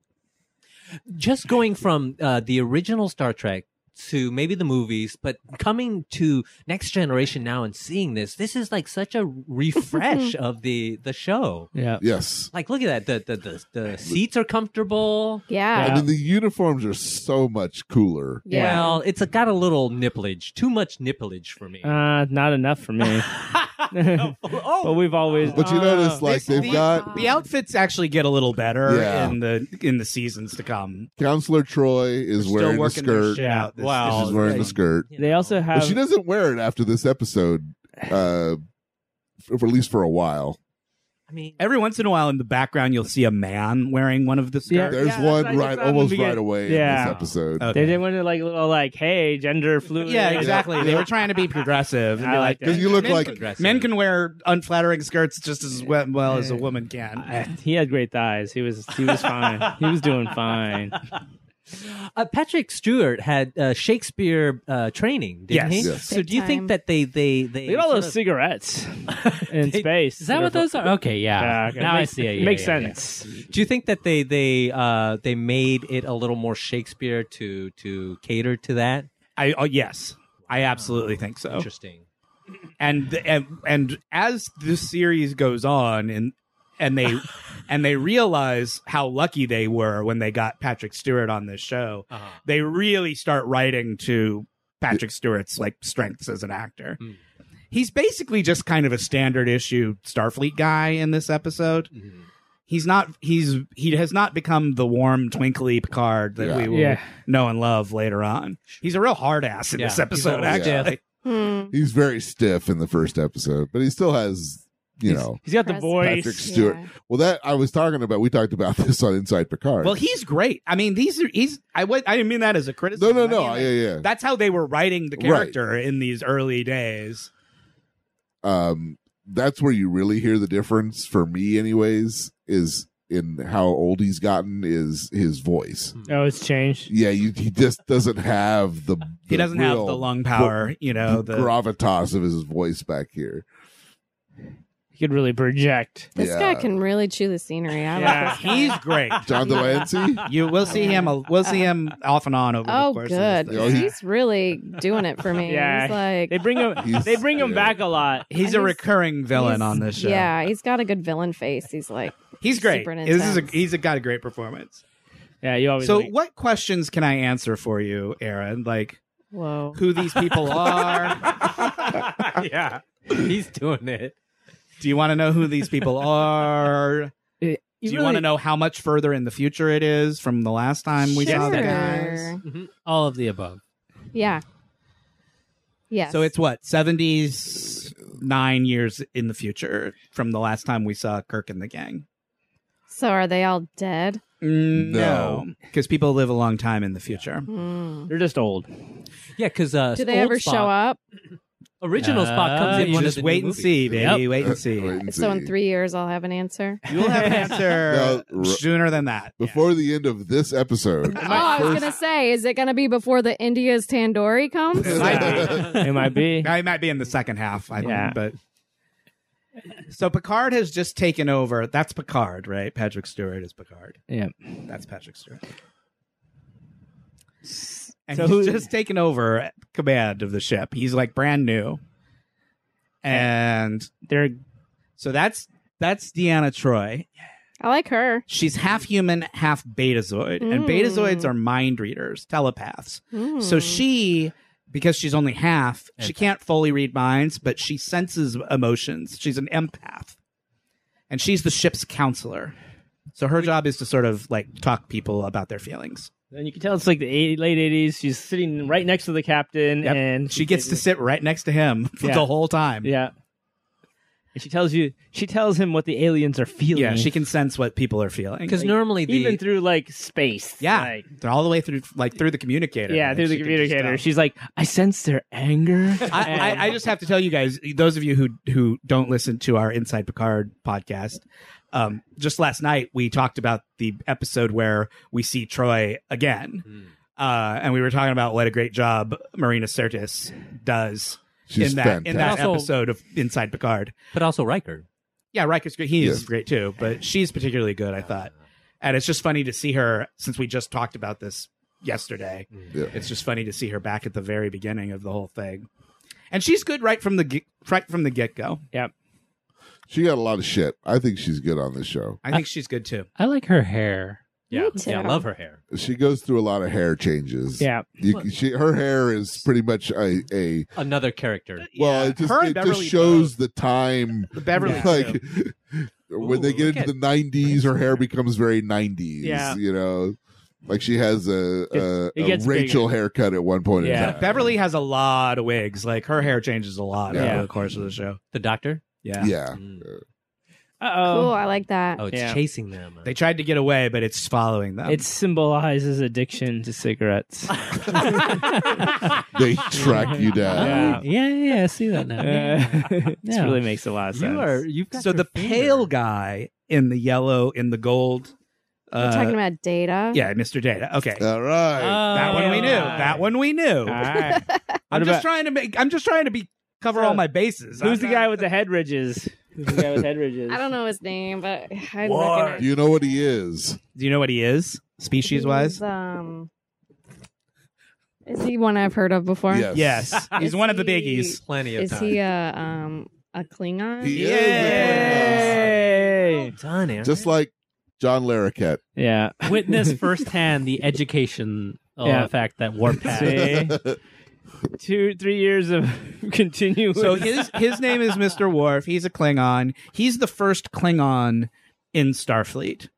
Speaker 6: just going from uh, the original Star Trek to maybe the movies, but coming to Next Generation now and seeing this, this is like such a refresh of the the show.
Speaker 3: yeah.
Speaker 1: Yes.
Speaker 6: Like, look at that. The the the, the seats are comfortable.
Speaker 5: Yeah.
Speaker 1: I mean the uniforms are so much cooler.
Speaker 5: Yeah.
Speaker 6: Well, it's a, got a little nipplage, too much nipplage for me.
Speaker 4: Uh, not enough
Speaker 1: *laughs*
Speaker 4: for me.
Speaker 6: *laughs* oh,
Speaker 4: *laughs* But we've always.
Speaker 1: But you
Speaker 4: Oh,
Speaker 1: notice like
Speaker 2: This-
Speaker 1: they've
Speaker 2: the,
Speaker 1: got
Speaker 2: the outfits actually get a little better
Speaker 1: Yeah.
Speaker 2: in the in the seasons to come.
Speaker 1: Counselor Troy is
Speaker 2: Still
Speaker 1: wearing a
Speaker 2: working their
Speaker 1: skirt.
Speaker 2: shit out
Speaker 6: this. Wow.
Speaker 1: She's wearing the
Speaker 6: Like,
Speaker 1: skirt.
Speaker 6: you
Speaker 4: They
Speaker 6: know.
Speaker 4: also
Speaker 1: But
Speaker 4: have.
Speaker 1: she doesn't wear it after this episode, uh, for, for at least for a while.
Speaker 6: I mean,
Speaker 2: Every once in a while, in the background, you'll see a man wearing one of the
Speaker 4: Yeah.
Speaker 2: skirts.
Speaker 1: There's
Speaker 4: that's
Speaker 1: one
Speaker 4: what I just
Speaker 1: right,
Speaker 4: thought in the
Speaker 1: almost right
Speaker 4: beginning.
Speaker 1: away in
Speaker 4: Yeah.
Speaker 1: this episode.
Speaker 2: Okay.
Speaker 4: They did one of like little like, hey, gender fluid.
Speaker 2: Yeah, exactly. They were trying
Speaker 5: *laughs*
Speaker 2: to be progressive. and
Speaker 4: I
Speaker 2: be
Speaker 4: like
Speaker 2: like,
Speaker 1: Because you look
Speaker 2: Men
Speaker 1: like
Speaker 2: can- men can wear unflattering skirts just as we- well as a woman
Speaker 4: Uh,
Speaker 2: can.
Speaker 4: he had great thighs. He was he was fine. he was
Speaker 1: *laughs*
Speaker 4: doing fine.
Speaker 6: Uh, Patrick Stewart had uh, Shakespeare uh, training,
Speaker 2: Yes.
Speaker 6: didn't he?
Speaker 1: Yes.
Speaker 6: So do you
Speaker 5: Big
Speaker 6: think
Speaker 5: time.
Speaker 6: that they they they
Speaker 4: Look at all
Speaker 6: sort
Speaker 4: those
Speaker 6: of-
Speaker 4: cigarettes *laughs* in
Speaker 6: They-
Speaker 4: space.
Speaker 3: Is that what those are? Okay, yeah.
Speaker 4: Yeah, okay.
Speaker 3: Ah, Now
Speaker 4: Makes-
Speaker 3: I see it. Yeah,
Speaker 4: makes
Speaker 3: yeah, yeah.
Speaker 4: sense.
Speaker 6: do you think that they they uh, they made it a little more Shakespeare to to cater to that?
Speaker 2: I oh, yes, I absolutely think so.
Speaker 6: Interesting.
Speaker 2: And and and as the series goes on, and and they and they realize how lucky they were when they got Patrick Stewart on this show.
Speaker 6: Uh-huh.
Speaker 2: They really start writing to Patrick Stewart's like strengths as an actor.
Speaker 6: Mm.
Speaker 2: He's basically just kind of a standard issue Starfleet guy in this episode.
Speaker 6: Mm-hmm.
Speaker 2: he's not he's he has not become the warm twinkly picard that
Speaker 1: Yeah.
Speaker 2: we will
Speaker 4: Yeah.
Speaker 2: know and love later on he's a real hard ass in
Speaker 6: Yeah,
Speaker 2: this
Speaker 6: he's
Speaker 2: episode
Speaker 6: always
Speaker 2: actually
Speaker 5: Hmm.
Speaker 1: he's very stiff in the first episode, but he still has you know
Speaker 4: He's got the
Speaker 5: Press-
Speaker 4: voice.
Speaker 1: Patrick Stewart.
Speaker 5: Yeah.
Speaker 1: Well, that I was talking about. We talked about *laughs* this on Inside Picard.
Speaker 2: well he's great i mean these are he's i wa- i didn't mean that as a
Speaker 1: no,
Speaker 2: criticism
Speaker 1: no,
Speaker 2: I
Speaker 1: no.
Speaker 2: mean, like,
Speaker 1: yeah, yeah.
Speaker 2: that's how they were writing the
Speaker 1: Right.
Speaker 2: character in these early days
Speaker 1: um, that's where you really hear the difference for me, anyways. Is in how old he's gotten is his voice.
Speaker 2: Hmm.
Speaker 4: Oh, it's changed.
Speaker 1: Yeah, you, he just doesn't have the.
Speaker 2: he
Speaker 1: the
Speaker 2: doesn't have
Speaker 1: real
Speaker 2: the lung power you know the
Speaker 1: gravitas of his voice back here.
Speaker 4: He could really project.
Speaker 5: This
Speaker 1: Yeah.
Speaker 5: guy can really chew the scenery. I
Speaker 4: Yeah.
Speaker 5: like this guy.
Speaker 2: he's great
Speaker 5: *laughs*
Speaker 1: John DeLancey.
Speaker 2: you will see him a- we'll see him off and on *laughs* over the
Speaker 5: Oh,
Speaker 2: course of
Speaker 5: good.
Speaker 2: this
Speaker 1: Yeah.
Speaker 2: thing.
Speaker 5: He's really doing it
Speaker 2: *laughs*
Speaker 5: for me.
Speaker 4: Yeah.
Speaker 5: He's like,
Speaker 4: They bring him.
Speaker 1: He's-
Speaker 4: they bring him
Speaker 1: yeah.
Speaker 4: back a lot.
Speaker 2: he's a
Speaker 5: he's-
Speaker 2: recurring villain
Speaker 5: he's-
Speaker 2: on this show
Speaker 5: Yeah, he's got a good villain face. He's like,
Speaker 2: he's great
Speaker 5: Super
Speaker 2: this is a,
Speaker 5: intense.
Speaker 2: he's a, got a great performance
Speaker 4: Yeah, you always.
Speaker 2: So,
Speaker 4: like-
Speaker 2: what questions can I answer for you, Aaron? Like
Speaker 5: whoa.
Speaker 2: who these people are?
Speaker 6: yeah, he's doing it.
Speaker 2: Do you want to know who these
Speaker 5: *laughs*
Speaker 2: people are?
Speaker 4: you
Speaker 2: Do you want to know how much further in the future it is from the last time we saw the
Speaker 5: Sure.
Speaker 2: guys?
Speaker 3: All of the above.
Speaker 5: Yeah. Yes.
Speaker 2: So it's what seventies nine years in the future from the last time we saw Kirk and the gang.
Speaker 5: So are they all dead?
Speaker 2: Mm,
Speaker 1: No.
Speaker 2: because people live a long time in the future.
Speaker 5: Hmm.
Speaker 4: They're just old.
Speaker 6: Yeah, because uh,
Speaker 5: Do they ever show up?
Speaker 6: Original Spock
Speaker 3: Uh,
Speaker 6: comes in
Speaker 2: You
Speaker 6: one
Speaker 2: just
Speaker 6: of the
Speaker 2: wait
Speaker 6: new
Speaker 2: and see,
Speaker 6: movies.
Speaker 2: baby.
Speaker 3: Yep.
Speaker 2: Wait and see.
Speaker 1: Wait and
Speaker 5: So in
Speaker 1: see.
Speaker 5: three years, I'll have an answer.
Speaker 2: You'll have
Speaker 6: *laughs*
Speaker 2: an answer
Speaker 1: No, r-
Speaker 2: sooner than that.
Speaker 1: Before the end of this
Speaker 5: *laughs*
Speaker 1: episode,
Speaker 5: Oh, I was gonna say, is it gonna be before the India's
Speaker 1: *laughs*
Speaker 5: tandoori
Speaker 2: *laughs*
Speaker 5: comes?
Speaker 4: It might be.
Speaker 2: Now, he might be in the second half, I think,
Speaker 4: Yeah.
Speaker 2: but so Picard has just taken over. That's Picard, right? Patrick Stewart is Picard.
Speaker 4: Yeah.
Speaker 2: That's Patrick Stewart. And
Speaker 4: So
Speaker 2: he's
Speaker 4: who-
Speaker 2: just taken over command of the ship. He's like brand new. And
Speaker 4: *laughs* They're
Speaker 2: so that's that's Deanna Troy.
Speaker 5: I like her.
Speaker 2: She's half human, half betazoid. And
Speaker 5: Mm.
Speaker 2: betazoids are mind readers, telepaths.
Speaker 5: Hmm.
Speaker 2: So she, because she's only half, she can't fully read minds, but she senses emotions. She's an empath. And she's the ship's counselor. So her job is to sort of like talk people about their feelings.
Speaker 4: and you can tell it's like the 80, late eighties. She's sitting right next to the captain,
Speaker 2: Yep.
Speaker 4: and
Speaker 2: She gets to sit right next to him *laughs*
Speaker 4: Yeah.
Speaker 2: the whole time.
Speaker 4: Yeah. And she tells you. She tells him what the aliens are feeling.
Speaker 2: Yeah, she can sense what people are feeling.
Speaker 6: Because normally the
Speaker 4: even through like space.
Speaker 2: yeah,
Speaker 4: Like,
Speaker 2: they're all the way through like through the communicator.
Speaker 4: yeah,
Speaker 2: Like,
Speaker 4: through the
Speaker 2: she can just
Speaker 4: communicator.
Speaker 2: tell.
Speaker 4: She's like, I sense their anger.
Speaker 2: I, I, I just have to tell you guys, those of you who who don't listen to our Inside Picard podcast, um, just last night we talked about the episode where we see Troy again,
Speaker 6: Hmm.
Speaker 2: uh, and we were talking about what a great job Marina Sirtis does
Speaker 1: *laughs* she's
Speaker 2: in that
Speaker 1: fantastic.
Speaker 2: in that
Speaker 6: Also-
Speaker 2: episode of Inside Picard.
Speaker 6: but also Riker.
Speaker 2: Yeah, Riker's great. He is
Speaker 1: Yes.
Speaker 2: great too, but she's particularly good, I thought. And it's just funny to see her since we just talked about this yesterday.
Speaker 1: Yeah.
Speaker 2: It's just funny to see her back at the very beginning of the whole thing. And she's good right from the ge- right from the get go.
Speaker 1: She got a lot of shit. I think she's good on this show.
Speaker 2: I think she's good too.
Speaker 3: I like her hair.
Speaker 5: Me
Speaker 6: Yeah,
Speaker 5: too.
Speaker 6: yeah, I love her hair.
Speaker 1: She goes through a lot of hair changes.
Speaker 4: yeah.
Speaker 1: You, she, her hair is pretty much a, a
Speaker 6: Another character.
Speaker 1: well.
Speaker 2: Yeah.
Speaker 1: It just,
Speaker 2: Her and
Speaker 1: it just
Speaker 2: Beverly
Speaker 1: shows the time.
Speaker 2: The Beverly too.
Speaker 1: *laughs* like when they
Speaker 6: Ooh,
Speaker 1: get
Speaker 6: look
Speaker 1: into the nineties, her hair becomes very nineties.
Speaker 4: Yeah.
Speaker 1: You know, Like she has a, a,
Speaker 4: It's- it
Speaker 1: a
Speaker 4: gets
Speaker 1: Rachel
Speaker 4: bigger.
Speaker 1: haircut at one point.
Speaker 4: Yeah.
Speaker 1: In time.
Speaker 2: Beverly has a lot of wigs. Like her hair changes a lot
Speaker 1: Yeah.
Speaker 2: over the course of the show.
Speaker 6: The doctor?
Speaker 2: Yeah.
Speaker 1: Yeah.
Speaker 6: Mm.
Speaker 4: Uh
Speaker 2: um,
Speaker 5: cool.
Speaker 4: oh.
Speaker 5: I like that.
Speaker 6: Oh, it's
Speaker 4: Yeah.
Speaker 6: chasing them.
Speaker 2: They tried to get away, but it's following them.
Speaker 4: It symbolizes addiction to *laughs* cigarettes.
Speaker 1: They track you down.
Speaker 6: yeah,
Speaker 4: Yeah.
Speaker 6: yeah, I see that now.
Speaker 3: *laughs*
Speaker 4: it
Speaker 6: Yeah.
Speaker 4: really makes a lot of sense.
Speaker 6: You are you've got
Speaker 2: so
Speaker 6: your
Speaker 2: the
Speaker 6: finger.
Speaker 2: pale guy in the yellow, in the gold.
Speaker 5: We're
Speaker 2: Uh,
Speaker 5: talking about data.
Speaker 2: yeah, Mr. Data. Okay.
Speaker 1: All right.
Speaker 3: Oh,
Speaker 2: that one we knew.
Speaker 4: yeah.
Speaker 2: That one we knew.
Speaker 4: Oh, All
Speaker 2: I'm
Speaker 4: right. What
Speaker 2: just
Speaker 4: about-
Speaker 2: trying to make. I'm just trying to be cover
Speaker 4: So,
Speaker 2: all my bases.
Speaker 4: Who's the
Speaker 2: I'm
Speaker 4: guy
Speaker 2: not-
Speaker 4: with the head ridges? Who's the guy with head ridges?
Speaker 5: I don't know his name, but I
Speaker 2: War.
Speaker 5: recognize.
Speaker 1: Do you know what he is?
Speaker 2: Do you know what he is? Species
Speaker 5: He's,
Speaker 2: wise.
Speaker 5: Um, is he one I've heard of before?
Speaker 1: Yes.
Speaker 2: Yes, he's
Speaker 5: Is
Speaker 2: one of the
Speaker 5: he-
Speaker 4: *laughs*
Speaker 2: biggies.
Speaker 6: plenty of
Speaker 5: Is
Speaker 6: time.
Speaker 5: he a um a Klingon?
Speaker 1: He
Speaker 2: Yeah.
Speaker 1: is.
Speaker 4: Yay!
Speaker 6: Well done, Aaron.
Speaker 1: Just like John Larroquette.
Speaker 4: Yeah.
Speaker 3: Witness firsthand the education uh,
Speaker 4: Yeah.
Speaker 3: fact that Warp has.
Speaker 4: See?
Speaker 1: *laughs*
Speaker 4: Two, three years of *laughs* continuous.
Speaker 2: So his his name is Mr. Worf. He's a Klingon. He's the first Klingon in Starfleet.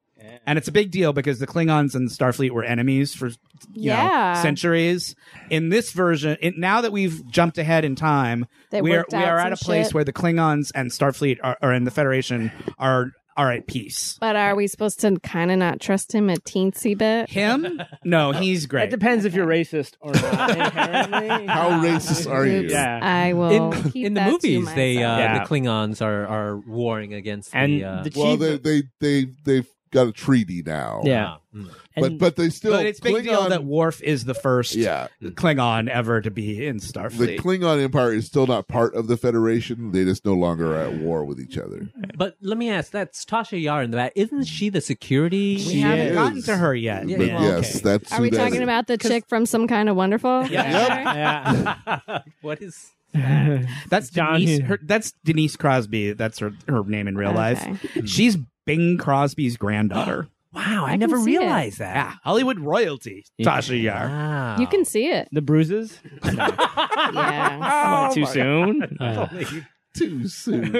Speaker 2: And it's a big deal because the Klingons and Starfleet were enemies for you
Speaker 5: Yeah.
Speaker 2: know, centuries. In this version, it, now that we've jumped ahead in time,
Speaker 5: They
Speaker 2: we are
Speaker 5: worked
Speaker 2: we
Speaker 5: out
Speaker 2: are
Speaker 5: some
Speaker 2: at a place
Speaker 5: shit.
Speaker 2: where the Klingons and Starfleet are, are and the Federation are are at peace.
Speaker 5: But are we supposed to kind of not trust him a teensy bit?
Speaker 4: *laughs*
Speaker 2: Him? No, he's
Speaker 4: It
Speaker 2: great.
Speaker 4: depends if you're racist or not. *laughs* inherently.
Speaker 1: How racist are you?
Speaker 5: Oops,
Speaker 4: Yeah.
Speaker 5: I will.
Speaker 6: in,
Speaker 5: keep
Speaker 6: *laughs* in the
Speaker 5: that to
Speaker 6: movies, they uh,
Speaker 5: myself.
Speaker 4: Yeah.
Speaker 6: the Klingons are, are warring against
Speaker 4: And
Speaker 6: the, uh,
Speaker 4: the
Speaker 1: Well,
Speaker 4: chief.
Speaker 1: they they they they've got a treaty now.
Speaker 4: yeah.
Speaker 6: Mm.
Speaker 1: But
Speaker 4: And-
Speaker 1: but they still.
Speaker 2: but it's big deal
Speaker 1: Klingon-
Speaker 2: that Worf is the first
Speaker 1: yeah.
Speaker 2: Klingon ever to be in
Speaker 1: The
Speaker 2: Starfleet.
Speaker 1: Klingon Empire is still not part of the Federation. They just no longer are at war with each other.
Speaker 6: But let me ask, that's Tasha Yar in the back. Isn't she
Speaker 2: *laughs*
Speaker 6: the security?
Speaker 2: we
Speaker 1: She
Speaker 2: haven't
Speaker 1: is.
Speaker 2: gotten to her yet.
Speaker 1: But
Speaker 6: Yeah.
Speaker 1: yes,
Speaker 6: Okay.
Speaker 1: that's
Speaker 5: Are
Speaker 1: who
Speaker 5: we
Speaker 1: that
Speaker 5: talking
Speaker 1: is.
Speaker 5: about the chick from Some Kind of Wonderful?
Speaker 4: Yeah. yeah.
Speaker 6: *laughs* what is? *laughs*
Speaker 2: That's
Speaker 4: John
Speaker 2: Denise.
Speaker 4: Hughes.
Speaker 2: Her, that's Denise Crosby. That's her her name in real
Speaker 5: Okay.
Speaker 1: Mm-hmm.
Speaker 2: life. She's Bing Crosby's granddaughter.
Speaker 6: *gasps* Wow, I,
Speaker 5: can
Speaker 6: never
Speaker 5: see it.
Speaker 6: realized that.
Speaker 2: yeah, Hollywood royalty. Tasha Yar.
Speaker 6: Wow.
Speaker 5: You can see
Speaker 4: *laughs*
Speaker 5: it.
Speaker 4: *laughs* The bruises? Oh,
Speaker 5: Yeah.
Speaker 4: Am
Speaker 2: Oh
Speaker 4: I too soon?
Speaker 3: Uh,
Speaker 6: *laughs*
Speaker 1: too soon.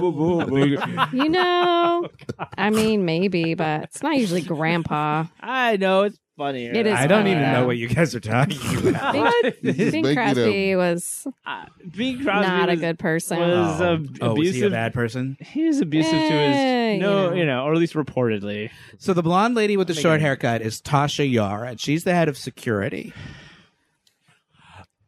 Speaker 5: You know, I mean, maybe, but it's not usually
Speaker 4: *laughs*
Speaker 5: grandpa.
Speaker 4: *laughs* I know. It's funnier.
Speaker 5: It is
Speaker 2: I don't even
Speaker 5: Yeah.
Speaker 2: know what you guys are
Speaker 6: *laughs*
Speaker 2: talking about.
Speaker 5: Bing, Bing
Speaker 1: making
Speaker 5: Crosby was
Speaker 4: Uh, Bing Crosby
Speaker 5: not a
Speaker 4: was-
Speaker 5: good person.
Speaker 4: was
Speaker 2: Oh.
Speaker 4: ab-
Speaker 2: Oh, was he a
Speaker 4: abusive.
Speaker 2: bad person?
Speaker 4: he was abusive
Speaker 5: Eh,
Speaker 4: to
Speaker 5: you
Speaker 4: his no,
Speaker 5: know.
Speaker 4: you know, or at least reportedly.
Speaker 2: So the blonde lady with the short haircut is Tasha Yar, and she's the head of security.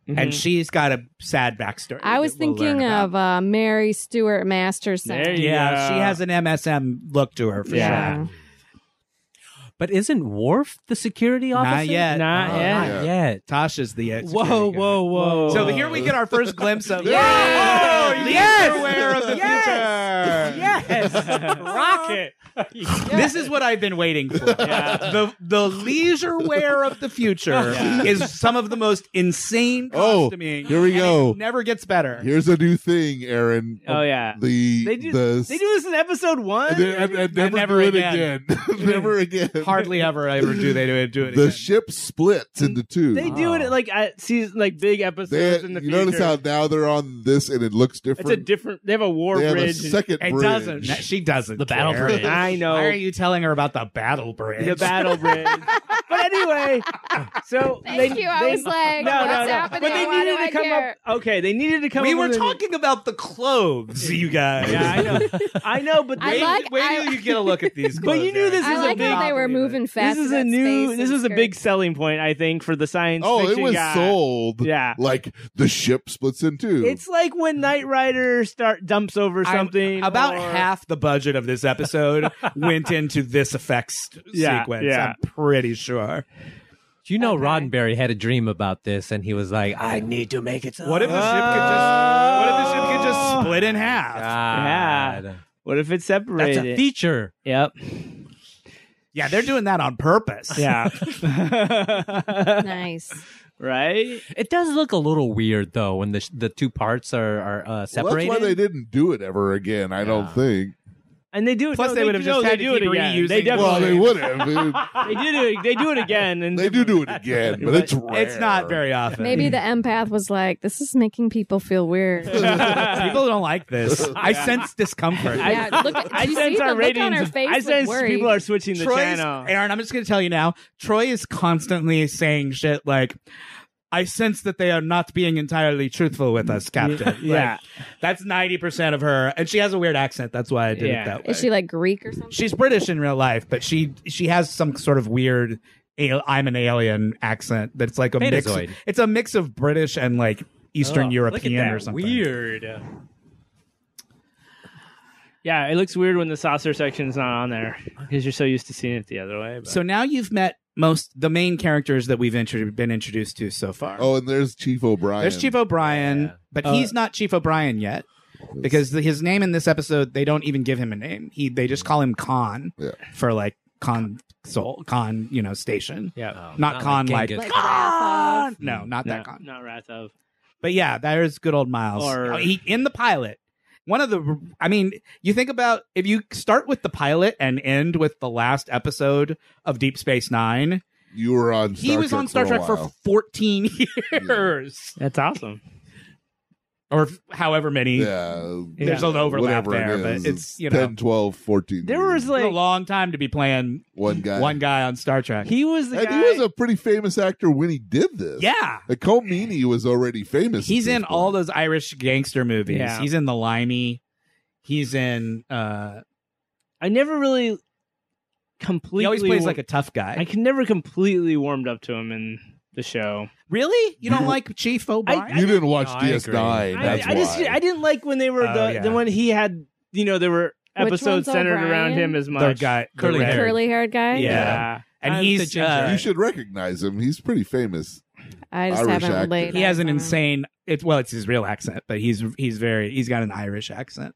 Speaker 2: And she's got a sad backstory.
Speaker 5: Mm-hmm. I was
Speaker 2: that we'll learn
Speaker 5: thinking
Speaker 2: about.
Speaker 5: of uh, Mary Stuart Masterson.
Speaker 4: There you-
Speaker 2: Yeah,
Speaker 4: Yeah.
Speaker 2: she has an MSM look to her for
Speaker 4: Yeah.
Speaker 2: sure.
Speaker 6: But isn't Worf the security officer?
Speaker 2: Not yet.
Speaker 4: Not
Speaker 1: Oh,
Speaker 4: yet.
Speaker 1: yeah.
Speaker 6: Not yet.
Speaker 2: Tasha's the ex.
Speaker 3: whoa, whoa, whoa.
Speaker 2: So here we get our first
Speaker 1: *laughs*
Speaker 2: glimpse of
Speaker 1: Yeah!
Speaker 2: Whoa,
Speaker 1: Yes!
Speaker 2: laser wear of the future. *laughs*
Speaker 4: Rocket.
Speaker 2: This is what I've been waiting for. The the leisure wear of
Speaker 1: *laughs*
Speaker 2: the future is some of the most insane
Speaker 1: Oh,
Speaker 2: costuming.
Speaker 1: here we
Speaker 2: and
Speaker 1: go.
Speaker 2: it never gets better.
Speaker 1: Here's a new thing, Aaron.
Speaker 4: *laughs* Oh yeah.
Speaker 1: The
Speaker 4: They do-
Speaker 1: the
Speaker 4: They do this in episode one.
Speaker 1: and, then- and- and never,
Speaker 2: never
Speaker 1: do it
Speaker 2: again.
Speaker 1: again. *laughs* never again.
Speaker 2: Hardly ever ever do they do it do
Speaker 1: *laughs* The
Speaker 2: it again.
Speaker 1: ship splits into two.
Speaker 4: They do it at, like at season like big episodes
Speaker 1: They-
Speaker 4: in the
Speaker 1: you
Speaker 4: future.
Speaker 1: notice how now they're on this and it looks different.
Speaker 4: it's a different. They have a war
Speaker 1: they have a
Speaker 4: bridge.
Speaker 1: second
Speaker 2: it
Speaker 1: bridge.
Speaker 2: doesn't. *laughs* She doesn't.
Speaker 3: The battle
Speaker 2: care.
Speaker 3: bridge.
Speaker 4: I know.
Speaker 2: Why are you telling her about the battle bridge?
Speaker 4: the
Speaker 1: *laughs*
Speaker 4: battle bridge. but anyway, so
Speaker 5: Thank
Speaker 4: they,
Speaker 5: you. I
Speaker 4: they-
Speaker 5: was like,
Speaker 4: no, no,
Speaker 5: what's
Speaker 4: no.
Speaker 5: happening?
Speaker 4: But they
Speaker 5: Why
Speaker 4: needed
Speaker 5: do
Speaker 4: to
Speaker 5: I
Speaker 4: come
Speaker 5: care?
Speaker 4: up. Okay, they needed to come.
Speaker 2: we
Speaker 4: up
Speaker 2: were
Speaker 4: with a-
Speaker 2: talking about the clothes, you guys.
Speaker 4: Yeah, I know. I know, but
Speaker 5: I
Speaker 4: they-
Speaker 5: like-
Speaker 2: Wait till you get a look at *laughs* these.
Speaker 4: But you
Speaker 2: clothes,
Speaker 4: knew
Speaker 2: Eric.
Speaker 4: this
Speaker 5: I
Speaker 4: is a
Speaker 5: like how
Speaker 4: big-
Speaker 5: they were moving fast.
Speaker 4: this is
Speaker 5: in
Speaker 4: a
Speaker 5: that
Speaker 4: new.
Speaker 5: space
Speaker 4: This
Speaker 5: and
Speaker 4: was a
Speaker 5: skirt.
Speaker 4: big selling point, I think, for the science
Speaker 1: Oh, it
Speaker 4: fiction
Speaker 1: was
Speaker 4: guy.
Speaker 1: sold.
Speaker 4: Yeah.
Speaker 1: Like the ship splits in two.
Speaker 4: It's like when Knight Rider start dumps over
Speaker 2: I'm-
Speaker 4: something.
Speaker 2: about
Speaker 4: or-
Speaker 2: half the budget of this *laughs* episode went into this effects
Speaker 4: Yeah,
Speaker 2: sequence.
Speaker 4: yeah.
Speaker 2: I'm pretty sure.
Speaker 6: You know,
Speaker 5: Okay.
Speaker 6: Roddenberry had a dream about this, and he was like, "I need to make it." So
Speaker 2: What if the ship could just what if the ship could just split in half?
Speaker 6: God.
Speaker 4: What if it's separated?
Speaker 6: That's a feature.
Speaker 4: Yep.
Speaker 2: Yeah, they're doing that on purpose.
Speaker 4: Yeah.
Speaker 5: Nice.
Speaker 4: *laughs* right.
Speaker 6: *laughs* It does look a little weird though when the sh- the two parts are are uh,
Speaker 1: Well,
Speaker 6: separated.
Speaker 2: Ah.
Speaker 1: that's why they didn't do it ever again. I don't
Speaker 6: Yeah.
Speaker 1: think.
Speaker 4: And they do it.
Speaker 2: Plus,
Speaker 4: no,
Speaker 2: they would have
Speaker 4: do-
Speaker 2: just
Speaker 4: no,
Speaker 2: had
Speaker 4: they
Speaker 2: to
Speaker 4: do
Speaker 2: keep
Speaker 4: it again.
Speaker 2: reusing
Speaker 4: They
Speaker 2: it.
Speaker 4: definitely
Speaker 1: Well, they would have.
Speaker 2: *laughs*
Speaker 4: *laughs* they do it. They do it again. And
Speaker 1: *laughs* They
Speaker 4: *laughs*
Speaker 1: do do it again, but it's rare.
Speaker 2: It's not very often. *laughs*
Speaker 5: Maybe the empath was like, "This is making people feel *laughs* weird."
Speaker 2: *laughs* people don't like *laughs* this. I sense discomfort.
Speaker 5: yeah, look. At,
Speaker 4: I
Speaker 5: you
Speaker 4: sense
Speaker 5: see
Speaker 4: our
Speaker 5: the look on
Speaker 4: ratings.
Speaker 5: her face
Speaker 4: I
Speaker 5: with
Speaker 4: sense
Speaker 5: worry.
Speaker 4: people are switching the
Speaker 2: Troy's,
Speaker 4: channel.
Speaker 2: Aaron, I'm just going to tell you now. Troy is constantly saying shit like, I sense that they are not being entirely truthful with us, Captain. Like,
Speaker 4: yeah.
Speaker 2: that's 90% of her. And she has a weird accent. That's why I did
Speaker 4: Yeah.
Speaker 2: it that way.
Speaker 5: Is she like Greek or something?
Speaker 2: She's British in real life, but she she has some sort of weird al- I'm an alien accent that's like a
Speaker 6: Betazoid.
Speaker 2: mix. It's a mix of British and like
Speaker 4: Oh,
Speaker 2: Eastern European or something.
Speaker 3: Weird.
Speaker 4: Yeah, it looks weird when the saucer section's not on there because you're so used to seeing it the other way. But.
Speaker 2: So now you've met most the main characters that we've intro- been introduced to so far.
Speaker 1: Oh, and there's Chief O'Brien.
Speaker 2: There's Chief O'Brien, but he's not Chief O'Brien yet because the, his name in this episode they don't even give him a name. He they just call him Khan
Speaker 1: Yeah.
Speaker 2: for like console Khan, you know, station.
Speaker 4: yeah,
Speaker 2: Not Khan like,
Speaker 6: Genghis.
Speaker 5: Like
Speaker 2: Khan.
Speaker 5: Rathov.
Speaker 2: Mm, No, not that
Speaker 4: No,
Speaker 2: Khan.
Speaker 4: not Wrath of.
Speaker 2: But yeah, there's good old Miles. Oh,
Speaker 4: Or-
Speaker 2: he, in the pilot, one of the I mean, you think about if you start with the pilot and end with the last episode of Deep Space 9,
Speaker 1: You were on.
Speaker 2: he
Speaker 1: Star
Speaker 2: was
Speaker 1: Trek
Speaker 2: on Star
Speaker 1: for a
Speaker 2: Trek for
Speaker 1: while.
Speaker 2: 14 *laughs* years
Speaker 4: That's awesome.
Speaker 2: or however many
Speaker 1: yeah.
Speaker 2: There's an overlap
Speaker 1: Whatever
Speaker 2: there,
Speaker 1: it is,
Speaker 2: but it's you know
Speaker 1: 10, 12, 14.
Speaker 4: There was
Speaker 1: years.
Speaker 2: it's a
Speaker 4: like
Speaker 2: long time to be playing
Speaker 1: one guy.
Speaker 2: one guy on Star Trek.
Speaker 4: he was the
Speaker 1: and
Speaker 4: guy.
Speaker 1: he was a pretty famous actor when he did this.
Speaker 2: yeah,
Speaker 1: Like, Cole Meany was already famous.
Speaker 2: he's
Speaker 1: at this
Speaker 2: in
Speaker 1: point.
Speaker 2: all those Irish gangster movies.
Speaker 4: Yeah.
Speaker 2: He's in The Limey. He's in. uh
Speaker 4: I never really completely.
Speaker 2: He always plays like a tough guy.
Speaker 4: I can never completely warmed up to him in the show.
Speaker 2: really, you *laughs* don't like Chief O'Brien?
Speaker 1: You didn't watch
Speaker 6: No, I
Speaker 1: DS9.
Speaker 6: agree.
Speaker 4: I,
Speaker 1: That's
Speaker 4: I just
Speaker 1: why.
Speaker 4: I didn't like when they were
Speaker 2: Oh,
Speaker 4: the
Speaker 2: yeah.
Speaker 4: the when he had you know there were
Speaker 5: Which
Speaker 4: episodes
Speaker 5: one's
Speaker 4: centered
Speaker 5: O'Brien?
Speaker 4: around him as much.
Speaker 2: the guy, the
Speaker 6: Curly
Speaker 2: red-
Speaker 6: hair.
Speaker 5: Curly haired guy.
Speaker 4: Yeah.
Speaker 2: Yeah. and
Speaker 4: I'm the
Speaker 2: he's
Speaker 4: ginger.
Speaker 2: uh,
Speaker 1: you should recognize him. He's pretty famous.
Speaker 5: I just
Speaker 1: Irish actor.
Speaker 5: haven't laid.
Speaker 2: he has
Speaker 5: eyes
Speaker 2: an
Speaker 5: on him.
Speaker 2: insane it well it's his real accent but he's he's very he's got an irish accent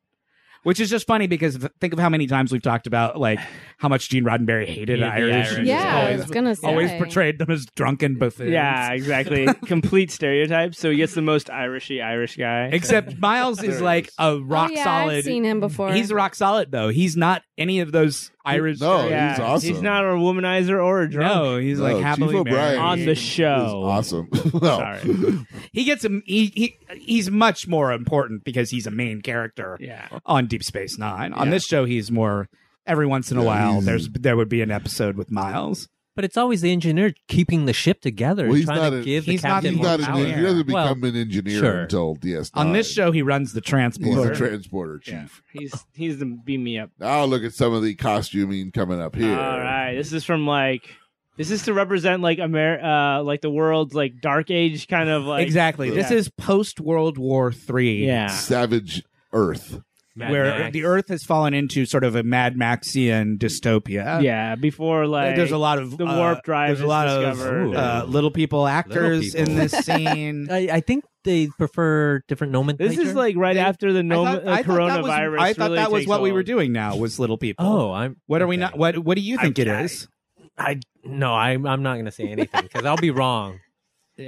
Speaker 2: which is just funny because if- think of how many times we've talked about like how much gene roddenberry hated
Speaker 3: Hated the
Speaker 2: irish, and
Speaker 3: Irish.
Speaker 2: just
Speaker 5: Yeah, I was
Speaker 2: always,
Speaker 5: gonna say.
Speaker 2: always portrayed them as drunken buffoons
Speaker 4: Yeah, exactly.
Speaker 1: *laughs*
Speaker 4: Complete stereotypes. So he gets the most Irishy Irish guy.
Speaker 2: except miles is like a rock
Speaker 5: oh, yeah,
Speaker 2: solid
Speaker 5: I've seen him before.
Speaker 2: he's rock solid though he's not any of those irish
Speaker 1: No,
Speaker 4: yeah,
Speaker 1: Oh, he's awesome.
Speaker 4: He's not a womanizer or a drunk.
Speaker 2: no he's like
Speaker 1: No,
Speaker 2: happily
Speaker 1: Chief O'Brien
Speaker 2: married.
Speaker 4: On the
Speaker 1: is-
Speaker 4: show.
Speaker 1: is awesome. *laughs* no.
Speaker 4: Sorry.
Speaker 2: he gets him he, he he's much more important because he's a main character
Speaker 4: Yeah.
Speaker 2: on Deep Space Nine. On this show, he's more. Every once in a
Speaker 1: Yeah,
Speaker 2: while,
Speaker 1: he's-
Speaker 2: there's there would be an episode with Miles.
Speaker 6: But it's always the engineer keeping the ship together,
Speaker 1: Well,
Speaker 6: and
Speaker 1: he's
Speaker 6: trying
Speaker 1: not
Speaker 6: to
Speaker 1: a-
Speaker 6: give
Speaker 2: he's
Speaker 6: the
Speaker 2: not-
Speaker 6: captain
Speaker 1: He's
Speaker 6: more
Speaker 1: not an
Speaker 6: power.
Speaker 1: engineer. He doesn't
Speaker 6: Well,
Speaker 1: become an engineer
Speaker 6: sure.
Speaker 1: until DS9.
Speaker 2: On this show, he runs the
Speaker 1: Uh, he's
Speaker 2: transporter.
Speaker 1: a transporter chief.
Speaker 4: He's he's the beam me up.
Speaker 1: Now look at some of the costuming coming up here.
Speaker 4: All right. This is from like this is to represent like Amer uh like the world's like dark age kind of like
Speaker 2: exactly. This
Speaker 4: Yeah.
Speaker 2: is post World War Three.
Speaker 4: Yeah.
Speaker 1: Savage Earth.
Speaker 6: Mad
Speaker 2: where
Speaker 6: Max.
Speaker 2: the Earth has fallen into sort of a Mad Maxian dystopia.
Speaker 4: Yeah, before like
Speaker 2: Uh, there's a lot of
Speaker 4: the
Speaker 2: uh,
Speaker 4: warp drive
Speaker 2: There's a
Speaker 4: is
Speaker 2: lot
Speaker 4: discovered.
Speaker 2: of uh, little people actors
Speaker 6: people.
Speaker 2: in *laughs* this scene.
Speaker 6: I, I think they prefer different nomenclature.
Speaker 4: This is like right
Speaker 2: They-
Speaker 4: after the no-
Speaker 2: I thought,
Speaker 4: uh,
Speaker 2: I thought that was,
Speaker 4: coronavirus.
Speaker 2: I thought
Speaker 4: really
Speaker 2: that was
Speaker 4: takes
Speaker 2: what we
Speaker 4: hold.
Speaker 2: were doing now was little people.
Speaker 6: oh, I'm.
Speaker 2: what are we
Speaker 6: okay.
Speaker 2: not? What What do you think it is?
Speaker 6: I no, I, I'm not going to say anything because I'll be wrong.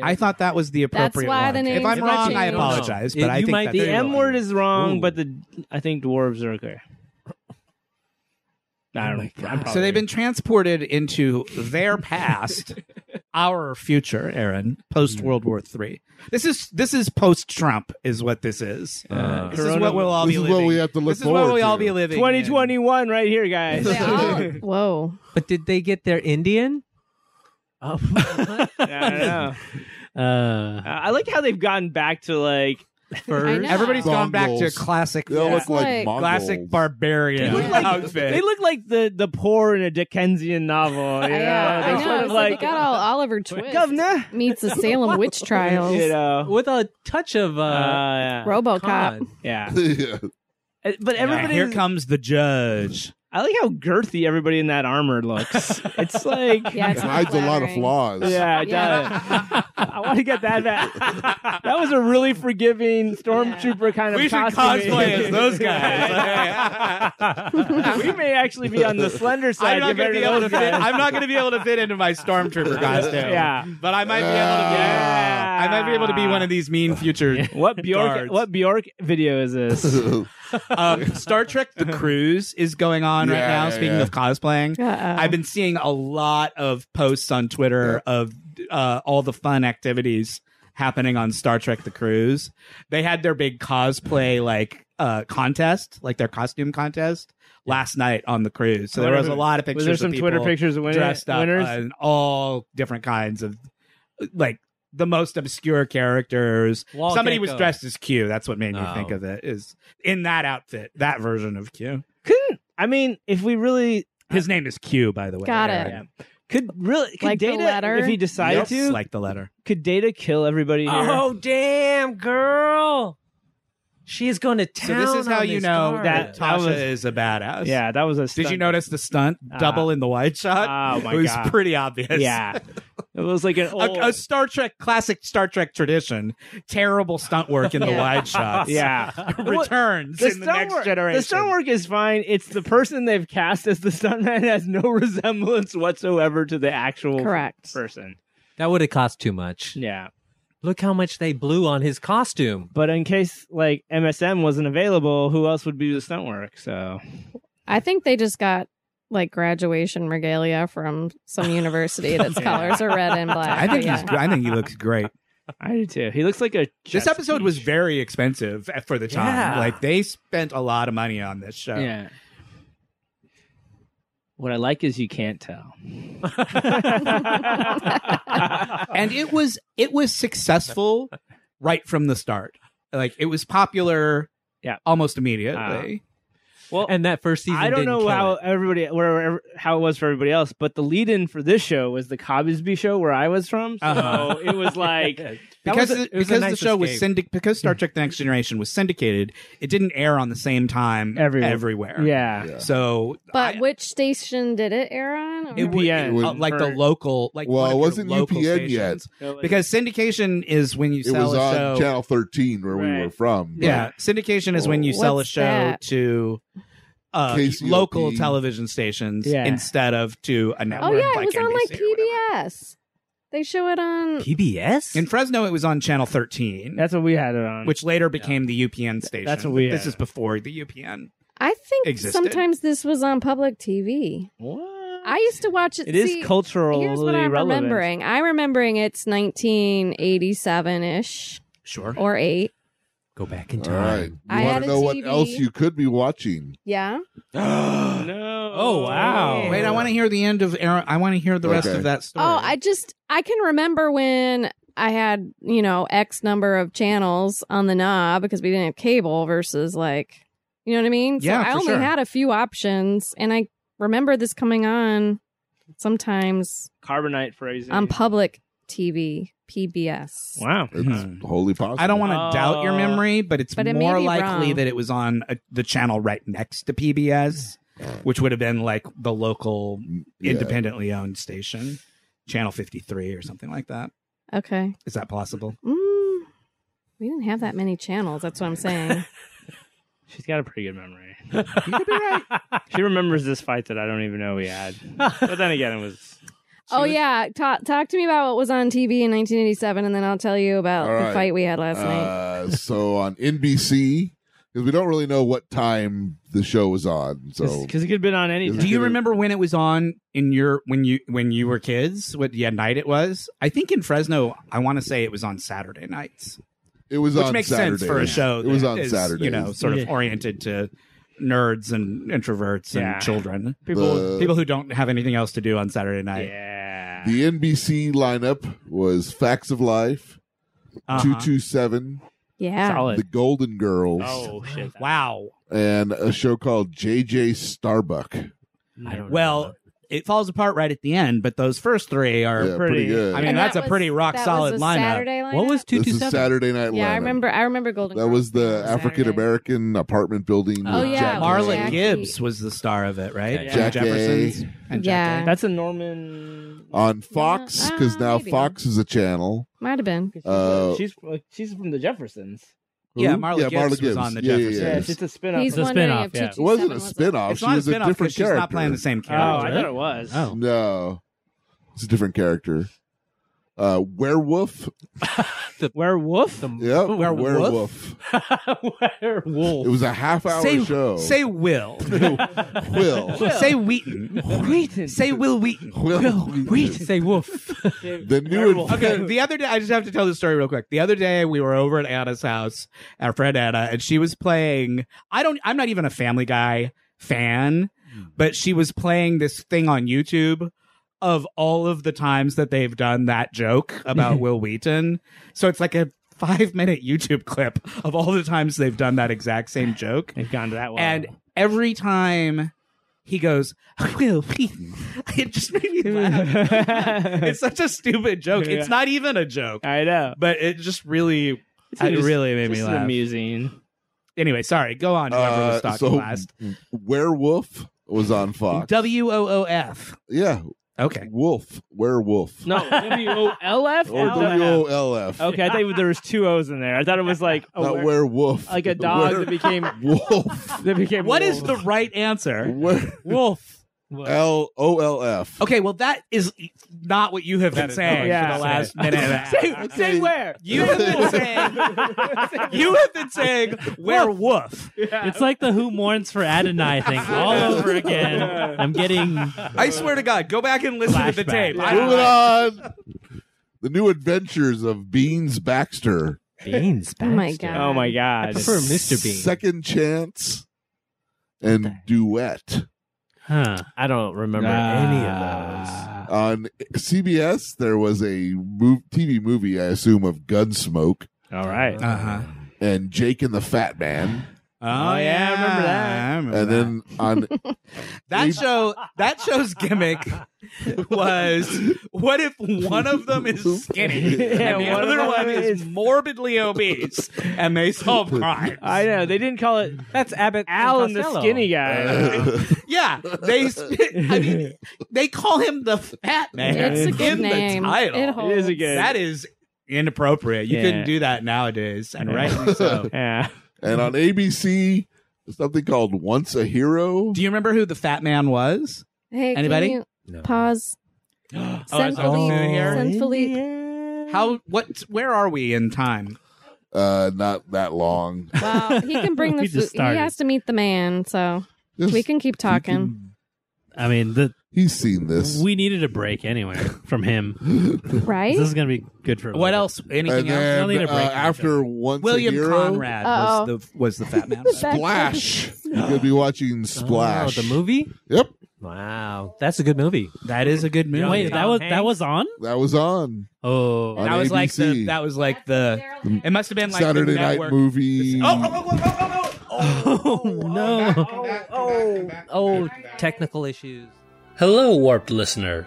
Speaker 2: I thought that was the
Speaker 5: That's
Speaker 2: appropriate
Speaker 5: why
Speaker 2: one.
Speaker 5: the
Speaker 2: if
Speaker 5: names
Speaker 2: I'm
Speaker 5: were
Speaker 2: wrong, I
Speaker 5: changed.
Speaker 2: apologize,
Speaker 6: No.
Speaker 2: but I
Speaker 6: You
Speaker 2: think
Speaker 6: might
Speaker 2: that's
Speaker 6: be
Speaker 4: The
Speaker 6: Very
Speaker 4: M
Speaker 6: wrong.
Speaker 4: word is wrong,
Speaker 6: Ooh.
Speaker 4: but the I think dwarves are okay. I don't
Speaker 2: Oh
Speaker 4: know. I'm
Speaker 2: So they've
Speaker 4: probably-
Speaker 2: been transported into
Speaker 4: *laughs*
Speaker 2: their past, our future, Aaron, post
Speaker 4: Mm-hmm.
Speaker 2: World War Three. This is this is post Trump, is what this is.
Speaker 6: Uh,
Speaker 2: this is what we'll all
Speaker 1: this
Speaker 2: be
Speaker 1: is
Speaker 2: living.
Speaker 1: what we have to look
Speaker 2: this is what
Speaker 1: forward
Speaker 2: we all
Speaker 1: to.
Speaker 2: be living. in.
Speaker 4: 2021 right here, guys.
Speaker 5: They all- Oh,
Speaker 2: *laughs*
Speaker 5: whoa.
Speaker 6: But did they get their Indian? Oh, *laughs*
Speaker 4: Yeah, *laughs* I know.
Speaker 3: Uh,
Speaker 4: Uh, I like how they've gotten back to like
Speaker 5: I know.
Speaker 2: Everybody's gone back to
Speaker 1: Mongols.
Speaker 2: classic,
Speaker 1: They all
Speaker 5: Yeah.
Speaker 1: look like,
Speaker 5: Like-
Speaker 1: Mongols.
Speaker 2: classic barbarian
Speaker 4: They look like-
Speaker 2: outfit.
Speaker 4: they look like the the poor in a Dickensian novel. You
Speaker 5: yeah,
Speaker 4: know?
Speaker 5: I
Speaker 4: They're
Speaker 5: know.
Speaker 4: sort of
Speaker 5: It's like,
Speaker 4: like
Speaker 5: they got *laughs* all Oliver Twist
Speaker 4: governor.
Speaker 5: meets the *laughs* Salem witch trials.
Speaker 4: You know,
Speaker 6: with a touch of uh,
Speaker 4: uh, yeah.
Speaker 5: RoboCop.
Speaker 6: con.
Speaker 4: yeah.
Speaker 1: *laughs* yeah.
Speaker 4: Uh, But everybody,
Speaker 2: here comes the judge.
Speaker 4: I like how girthy everybody in that armor looks. it's like,
Speaker 5: Yeah, it's not
Speaker 1: Hides a lot of
Speaker 5: flattering.
Speaker 1: flaws.
Speaker 4: yeah, I
Speaker 5: Yeah.
Speaker 4: doubt it. I want to get that back. that was a really forgiving stormtrooper kind of.
Speaker 2: We should
Speaker 4: costume.
Speaker 2: cosplay
Speaker 4: *laughs*
Speaker 2: as those *laughs*
Speaker 4: guys. we may actually be on the slender side.
Speaker 2: I'm not going
Speaker 4: compared
Speaker 2: to be able to
Speaker 4: those
Speaker 2: fit.
Speaker 4: guys.
Speaker 2: I'm not going to be able to fit into my stormtrooper *laughs* costume.
Speaker 4: Yeah.
Speaker 2: but I might be able to. Be,
Speaker 1: Yeah.
Speaker 2: I might be able to be one of these mean future. *laughs*
Speaker 4: What Bjork?
Speaker 2: Guards.
Speaker 4: What Bjork video is this?
Speaker 1: Yeah.
Speaker 2: Um, Star Trek:
Speaker 4: *laughs*
Speaker 2: The Cruise is going on
Speaker 1: Yeah,
Speaker 2: right now.
Speaker 1: yeah,
Speaker 2: Speaking
Speaker 1: yeah.
Speaker 2: of cosplaying,
Speaker 5: Uh-oh.
Speaker 2: I've been seeing a lot of posts on Twitter of uh, all the fun activities happening on Star Trek: The Cruise. They had their big cosplay like uh, contest, like their costume contest last night on the cruise. So there was a lot of pictures.
Speaker 4: Was there some
Speaker 2: of
Speaker 4: Twitter
Speaker 2: people
Speaker 4: pictures of winning,
Speaker 2: dressed up uh,
Speaker 4: winners?
Speaker 2: in all different kinds of like the most obscure characters.
Speaker 6: Wall
Speaker 2: Somebody was
Speaker 6: gecko.
Speaker 2: dressed as Q. That's what made me
Speaker 6: Oh.
Speaker 2: think of it. Is in that outfit, that version of Q.
Speaker 4: Couldn't I mean if we really
Speaker 2: His name is Q, by the way.
Speaker 5: Got
Speaker 2: Aaron.
Speaker 5: it.
Speaker 4: could really could
Speaker 5: Like the
Speaker 4: data
Speaker 5: letter?
Speaker 4: if he
Speaker 2: Yep.
Speaker 4: decided to
Speaker 2: like the letter.
Speaker 4: could data kill everybody here?
Speaker 6: Oh damn, girl! She is going to
Speaker 2: So
Speaker 6: town.
Speaker 2: this is how
Speaker 6: on
Speaker 2: you
Speaker 6: this
Speaker 2: know
Speaker 6: card.
Speaker 2: that
Speaker 4: That
Speaker 2: Tasha
Speaker 4: was-
Speaker 2: is a badass.
Speaker 4: yeah, that was a.
Speaker 2: Did you
Speaker 4: stunt.
Speaker 2: notice the stunt
Speaker 4: Ah.
Speaker 2: double in the wide shot?
Speaker 4: Oh
Speaker 2: *laughs*
Speaker 4: my
Speaker 2: it was
Speaker 4: god!
Speaker 2: pretty obvious.
Speaker 4: yeah,
Speaker 2: *laughs*
Speaker 4: Oh. it was like an
Speaker 2: A,
Speaker 4: old.
Speaker 2: a Star Trek classic Star Trek tradition. Terrible stunt work in the
Speaker 5: Yeah.
Speaker 2: wide shots. *laughs*
Speaker 4: yeah,
Speaker 2: Returns
Speaker 4: The
Speaker 2: in the next
Speaker 4: work,
Speaker 2: generation.
Speaker 4: The stunt work is fine. It's the person they've cast as the stuntman *laughs* has no resemblance whatsoever to the actual
Speaker 5: Correct.
Speaker 4: person.
Speaker 6: that would have cost too much.
Speaker 4: Yeah.
Speaker 6: Look how much they blew on his costume.
Speaker 4: But in case like MSM wasn't available, who else would do the stunt work? So
Speaker 5: I think they just got like graduation regalia from *laughs* some university that's colors are red and black.
Speaker 2: I think
Speaker 5: yeah.
Speaker 2: he's. I think he looks great.
Speaker 4: I do too. He looks like a.
Speaker 2: This
Speaker 4: chess
Speaker 2: episode was
Speaker 4: piece.
Speaker 2: very expensive at- for the time.
Speaker 6: Yeah.
Speaker 2: Like they spent a lot of money on this show.
Speaker 4: Yeah. What I like is you can't
Speaker 2: *laughs*
Speaker 4: tell. *laughs*
Speaker 2: and it was it was successful
Speaker 4: *laughs*
Speaker 2: right from the start. Like it was popular,
Speaker 4: Yeah.
Speaker 2: almost immediately.
Speaker 4: well,
Speaker 6: And that first season,
Speaker 4: I don't
Speaker 6: didn't
Speaker 4: know
Speaker 6: kill
Speaker 4: how
Speaker 6: it.
Speaker 4: *laughs* everybody where how it was for everybody else, but the lead-in for this show was the Cosby Show where I was from. Uh, So
Speaker 2: Uh-huh.
Speaker 4: it
Speaker 6: *laughs*
Speaker 4: was like *laughs* That
Speaker 2: because
Speaker 4: was a- Hmm.
Speaker 2: the-
Speaker 6: it was a
Speaker 2: because the
Speaker 6: nice
Speaker 2: show was
Speaker 6: escape.
Speaker 2: syndic because Star Trek: The Next Generation was syndicated, it didn't air on the same time
Speaker 4: Everywhere.
Speaker 2: everywhere.
Speaker 4: yeah,
Speaker 1: *laughs* Yeah.
Speaker 2: So,
Speaker 5: But
Speaker 2: I-
Speaker 5: which station did it air on? or-
Speaker 2: it would,
Speaker 4: UPN
Speaker 2: uh, like the
Speaker 4: for-
Speaker 2: local, like
Speaker 1: Well,
Speaker 2: one
Speaker 1: it
Speaker 2: of your
Speaker 1: wasn't
Speaker 2: local
Speaker 1: UPN yet.
Speaker 2: stations. because syndication is when you
Speaker 1: it
Speaker 2: sell
Speaker 1: was
Speaker 2: a
Speaker 1: on
Speaker 2: show.
Speaker 1: channel 13 where we
Speaker 4: Right.
Speaker 1: were from but
Speaker 2: Yeah, syndication is when you sell a
Speaker 5: What's
Speaker 2: show
Speaker 5: that?
Speaker 2: to uh,
Speaker 1: KCOP.
Speaker 2: local television stations
Speaker 4: Yeah.
Speaker 2: instead of to a network.
Speaker 5: oh yeah,
Speaker 2: like
Speaker 5: it was on like
Speaker 2: NBC or whatever.
Speaker 5: PBS. They show it on.
Speaker 6: PBS.
Speaker 2: In Fresno, it was on Channel 13,
Speaker 4: that's what we had it on.
Speaker 2: which later became the UPN station.
Speaker 4: That's what we
Speaker 2: This
Speaker 4: had.
Speaker 2: is before the UPN.
Speaker 5: I think
Speaker 2: Existed.
Speaker 5: sometimes this was on public TV.
Speaker 4: what?
Speaker 5: I used to watch it.
Speaker 4: it is
Speaker 5: see,
Speaker 4: culturally
Speaker 5: Here's what I'm
Speaker 4: relevant.
Speaker 5: remembering. I'm remembering it's 1987 ish
Speaker 2: Sure.
Speaker 5: or eight.
Speaker 6: Go back in
Speaker 1: all right
Speaker 6: time.
Speaker 1: you
Speaker 5: I
Speaker 1: want
Speaker 5: had
Speaker 1: to
Speaker 5: a
Speaker 1: know what
Speaker 5: TV.
Speaker 1: else you could be watching
Speaker 5: Yeah.
Speaker 4: *gasps* No.
Speaker 6: Oh, wow.
Speaker 2: Wait, I want to hear the end of. Aaron, I want to hear the rest
Speaker 1: Okay.
Speaker 2: of that story.
Speaker 5: Oh, I just I can remember when I had, you know, X number of channels on the knob because we didn't have cable versus like you know what I mean?
Speaker 2: Yeah,
Speaker 5: so I
Speaker 2: for
Speaker 5: only
Speaker 2: sure.
Speaker 5: had a few options and I remember this coming on sometimes
Speaker 4: Carbonite phrasing.
Speaker 5: on public TV, PBS.
Speaker 4: wow.
Speaker 1: it's
Speaker 2: Hmm.
Speaker 1: wholly possible
Speaker 2: I don't want to
Speaker 4: Uh,
Speaker 2: doubt your memory, but it's
Speaker 5: but it may
Speaker 2: more
Speaker 5: be
Speaker 2: likely
Speaker 5: wrong.
Speaker 2: that it was on a, the channel right next to PBS, which would have been like the local
Speaker 1: Mm, Yeah.
Speaker 2: independently owned station, Channel 53 or something like that.
Speaker 5: Okay.
Speaker 2: Is that possible?
Speaker 5: Mm, we didn't have that many channels, that's what
Speaker 2: *laughs*
Speaker 5: I'm saying.
Speaker 4: She's got a pretty good *laughs* memory. she remembers this fight that I don't even know we had. But then again, it was
Speaker 5: oh
Speaker 2: was-
Speaker 5: yeah, talk talk to me about what was on TV in 1987 and then I'll tell you about
Speaker 1: All right.
Speaker 5: the fight we had last night.
Speaker 1: uh, so on nbc because we don't really know what time the show was on so
Speaker 4: because it could have been on any.
Speaker 1: Is
Speaker 2: Do you
Speaker 1: Consider-
Speaker 2: remember when it was on in your when you when you were kids? What yeah night it was? I think in Fresno, I want to say it was on Saturday nights,
Speaker 1: it was
Speaker 2: which
Speaker 1: on
Speaker 2: makes
Speaker 1: Saturdays.
Speaker 2: sense for a show.
Speaker 1: it was
Speaker 2: that
Speaker 1: on
Speaker 2: is,
Speaker 1: saturday
Speaker 2: you know, sort of
Speaker 4: Yeah.
Speaker 2: oriented to nerds and introverts and
Speaker 4: Yeah.
Speaker 2: children,
Speaker 4: People.
Speaker 1: The-
Speaker 2: people who don't have anything else to do on Saturday night.
Speaker 4: yeah.
Speaker 1: the nbc lineup was facts of life
Speaker 2: Uh-huh.
Speaker 1: 227
Speaker 5: Yeah.
Speaker 1: the
Speaker 4: Solid.
Speaker 1: golden girls
Speaker 4: Oh shit.
Speaker 2: Wow.
Speaker 1: and a show called jj starbuck
Speaker 6: I don't
Speaker 2: Well, it falls apart right at the end, but those first three are.
Speaker 1: yeah, pretty
Speaker 4: pretty-
Speaker 1: good
Speaker 2: I mean,
Speaker 5: And
Speaker 2: that's
Speaker 5: that
Speaker 2: a pretty
Speaker 5: was-
Speaker 2: rock
Speaker 5: that
Speaker 2: solid
Speaker 5: was a
Speaker 2: lineup.
Speaker 5: Saturday lineup.
Speaker 6: what was two
Speaker 1: this
Speaker 6: two
Speaker 1: is
Speaker 6: seven?
Speaker 1: saturday night
Speaker 5: Yeah, I
Speaker 1: lineup.
Speaker 5: remember. I remember Golden.
Speaker 1: That
Speaker 5: Girls
Speaker 1: was
Speaker 5: being
Speaker 1: the
Speaker 5: on
Speaker 1: African
Speaker 5: Saturday.
Speaker 1: American apartment building.
Speaker 5: Oh,
Speaker 1: with
Speaker 5: yeah,
Speaker 1: Jack
Speaker 2: Marla
Speaker 1: Lane.
Speaker 5: Jackie.
Speaker 2: Gibbs was the star of it, right?
Speaker 4: Yeah.
Speaker 2: From
Speaker 1: Jackie.
Speaker 2: Jefferson's and
Speaker 5: Yeah.
Speaker 2: Jackie.
Speaker 4: That's a Norman.
Speaker 1: on Fox
Speaker 5: Yeah,
Speaker 1: because
Speaker 5: uh,
Speaker 1: now
Speaker 5: maybe.
Speaker 1: Fox is a channel.
Speaker 5: Might have been.
Speaker 4: She's,
Speaker 1: Uh,
Speaker 4: she's she's from the Jeffersons.
Speaker 2: Yeah,
Speaker 1: Who?
Speaker 2: Marla Gibbs was on the
Speaker 1: yeah, yeah,
Speaker 2: Jeffersons.
Speaker 1: yeah.
Speaker 4: Yeah, it's just a spin off.
Speaker 5: He's
Speaker 3: a
Speaker 5: wondering
Speaker 3: spin-off,
Speaker 5: if
Speaker 3: yeah.
Speaker 5: 227
Speaker 1: It wasn't a
Speaker 5: was
Speaker 1: spinoff.
Speaker 2: It's
Speaker 1: Oh, She
Speaker 2: not a
Speaker 1: was a
Speaker 2: spin-off
Speaker 1: different
Speaker 2: because she's
Speaker 1: character.
Speaker 2: not playing the same
Speaker 4: Oh,
Speaker 2: character.
Speaker 4: I thought it was.
Speaker 3: Oh.
Speaker 1: No, it's a different character. uh, werewolf.
Speaker 4: *laughs* Werewolf?
Speaker 1: Yep,
Speaker 2: Werewolf?
Speaker 1: It
Speaker 3: Werewolf.
Speaker 1: was a half hour
Speaker 2: say,
Speaker 1: show.
Speaker 2: say Will.
Speaker 1: *laughs* Will.
Speaker 2: say Wheaton. Wheaton. Say Will Wheaton.
Speaker 1: Will.
Speaker 3: Wait, say wolf.
Speaker 1: The new.
Speaker 4: Werewolf.
Speaker 2: Okay, *laughs* the other day, I just have to tell this story real quick. The other day, we were over at Anna's house, our friend Anna, and she was playing. I don't, I'm not even a Family Guy fan,
Speaker 1: Hmm.
Speaker 2: but she was playing this thing on YouTube of all of the times that they've done that joke about
Speaker 1: *laughs*
Speaker 2: Will Wheaton. So it's like a five minute YouTube *laughs* clip of all the times they've done that exact same joke.
Speaker 4: They've gone to that one.
Speaker 2: And every time he goes, Will Wheaton, *laughs* it just made *laughs* me
Speaker 4: *laughs*
Speaker 2: laugh. it's such a stupid joke. It's
Speaker 4: Yeah.
Speaker 2: not even a joke,
Speaker 4: I know.
Speaker 2: but it just really,
Speaker 4: It's
Speaker 2: it
Speaker 4: just-
Speaker 2: really made
Speaker 4: This
Speaker 2: me
Speaker 4: is
Speaker 2: laugh.
Speaker 4: amusing.
Speaker 2: Anyway, sorry. Go on. Whoever was
Speaker 1: Uh,
Speaker 2: talking
Speaker 1: so,
Speaker 2: last.
Speaker 1: werewolf was on Fox.
Speaker 2: *laughs* W O O F.
Speaker 1: yeah,
Speaker 2: Okay.
Speaker 1: wolf, werewolf.
Speaker 4: No, W O L F.
Speaker 1: Or W O L F.
Speaker 4: Okay, I thought there was two O's in there. I thought it was like a
Speaker 1: Not
Speaker 4: were-
Speaker 1: werewolf.
Speaker 4: like a dog that became
Speaker 1: Wolf.
Speaker 2: *laughs*
Speaker 4: that became.
Speaker 2: What
Speaker 4: a
Speaker 2: is the
Speaker 4: wolf.
Speaker 2: right answer?
Speaker 1: Were-
Speaker 3: Wolf.
Speaker 1: L O L F.
Speaker 2: Okay, well, that is not what you have been saying for
Speaker 4: Yeah.
Speaker 2: the last minute. *laughs* and a
Speaker 4: Say,
Speaker 2: half.
Speaker 4: say *laughs* where?
Speaker 2: You have
Speaker 1: *laughs*
Speaker 2: been saying,
Speaker 4: *laughs*
Speaker 2: you have been saying werewolf.
Speaker 3: It's like the who mourns for Adonai thing
Speaker 2: *laughs*
Speaker 3: all over again. I'm getting
Speaker 2: I swear to God, go back and listen to the
Speaker 3: Flashback.
Speaker 2: tape. I-
Speaker 1: Moving on. The new adventures of Beans Baxter.
Speaker 6: Beans.
Speaker 5: *laughs* Oh my
Speaker 6: Baxter.
Speaker 5: God.
Speaker 4: Oh my god!
Speaker 6: prefer Mr. Bean.
Speaker 1: Second Chance and Duet
Speaker 3: Huh.
Speaker 6: I don't remember any of those.
Speaker 1: on CBS. There was a mov- TV movie, I assume, of Gunsmoke
Speaker 4: All right.
Speaker 2: Uh-huh.
Speaker 1: and Jake and the Fat Man,
Speaker 2: Oh yeah, I remember that. I
Speaker 6: Oh,
Speaker 2: remember
Speaker 1: and then
Speaker 6: *laughs*
Speaker 1: on *laughs*
Speaker 2: that show that show's
Speaker 4: *laughs*
Speaker 2: gimmick was what if one of them is skinny
Speaker 4: *laughs* Yeah,
Speaker 2: and the
Speaker 4: one of
Speaker 2: other
Speaker 4: them
Speaker 2: one is morbidly obese and
Speaker 4: *laughs*
Speaker 2: they solve crimes.
Speaker 4: I know they didn't call it. That's Abbott. Alan the
Speaker 6: Costello.
Speaker 4: skinny guy. *laughs*
Speaker 2: yeah, they. sp- I
Speaker 5: *laughs*
Speaker 2: mean, they call him the fat man.
Speaker 5: It's a good
Speaker 2: in
Speaker 5: name.
Speaker 2: The title.
Speaker 5: It holds.
Speaker 4: a good-
Speaker 2: That is inappropriate. You
Speaker 4: Yeah.
Speaker 2: couldn't do that nowadays, and rightly so.
Speaker 4: yeah.
Speaker 1: and on ABC something called Once a Hero.
Speaker 2: Do you remember who the fat man was?
Speaker 5: Hey,
Speaker 2: Anybody?
Speaker 5: Can
Speaker 6: No.
Speaker 5: you pause.
Speaker 2: *gasps* oh,
Speaker 5: Send Philippe. Send Philippe.
Speaker 2: How? What? Where are we in time?
Speaker 1: Uh, not that long.
Speaker 5: Wow, he
Speaker 2: *laughs*
Speaker 5: can bring the
Speaker 3: We
Speaker 5: food.
Speaker 3: just
Speaker 5: He
Speaker 3: started.
Speaker 5: has to meet the man, so
Speaker 1: Just-
Speaker 5: we can
Speaker 2: *laughs*
Speaker 5: keep talking.
Speaker 3: I mean, the,
Speaker 1: He's seen this.
Speaker 3: we needed a break anyway from him.
Speaker 5: Right?
Speaker 3: This is gonna be good for a
Speaker 2: What
Speaker 3: little
Speaker 2: else?
Speaker 1: and
Speaker 2: Anything else?
Speaker 3: I'll
Speaker 1: then
Speaker 3: need a
Speaker 1: uh,
Speaker 3: break on
Speaker 1: after Once
Speaker 2: William
Speaker 1: a Hero,
Speaker 2: Conrad
Speaker 5: Uh-oh.
Speaker 2: was the was the fat
Speaker 5: *laughs*
Speaker 2: man.
Speaker 1: *laughs* Splash. You're gonna be watching Splash.
Speaker 6: Oh, the movie?
Speaker 1: Yep,
Speaker 6: Wow. That's a good movie.
Speaker 2: that is a good movie.
Speaker 3: bit. Wait, that was that was on?
Speaker 1: that was on.
Speaker 3: Oh,
Speaker 1: On
Speaker 2: that was like the
Speaker 1: ABC.
Speaker 2: that was like the it must have been like
Speaker 1: Saturday
Speaker 2: the
Speaker 1: night
Speaker 2: network.
Speaker 1: movie.
Speaker 2: Oh, oh, oh, oh, oh, oh, oh.
Speaker 6: no. Oh, oh, technical issues.
Speaker 7: Hello, warped listeners.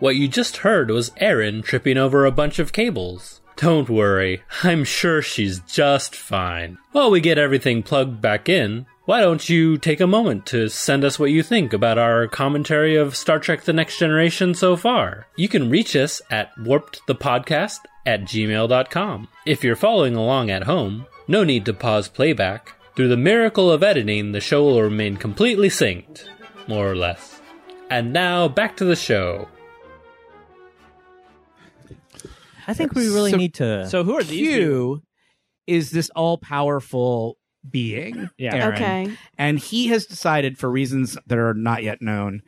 Speaker 7: What you just heard was Erin tripping over a bunch of cables. Don't worry, I'm sure she's just fine. While we get everything plugged back in, why don't you take a moment to send us what you think about our commentary of Star Trek The Next Generation so far? You can reach us at warpedthepodcast at gmail.com. If you're following along at home, no need to pause playback. Through the miracle of editing, the show will remain completely synced, more or less. And now back to the show.
Speaker 6: I think we really
Speaker 2: So-
Speaker 6: need to.
Speaker 4: So who are these? people?
Speaker 2: Q is this all powerful being.
Speaker 4: Yeah.
Speaker 2: Aaron.
Speaker 5: Okay.
Speaker 2: And he has decided, for reasons that are not yet known,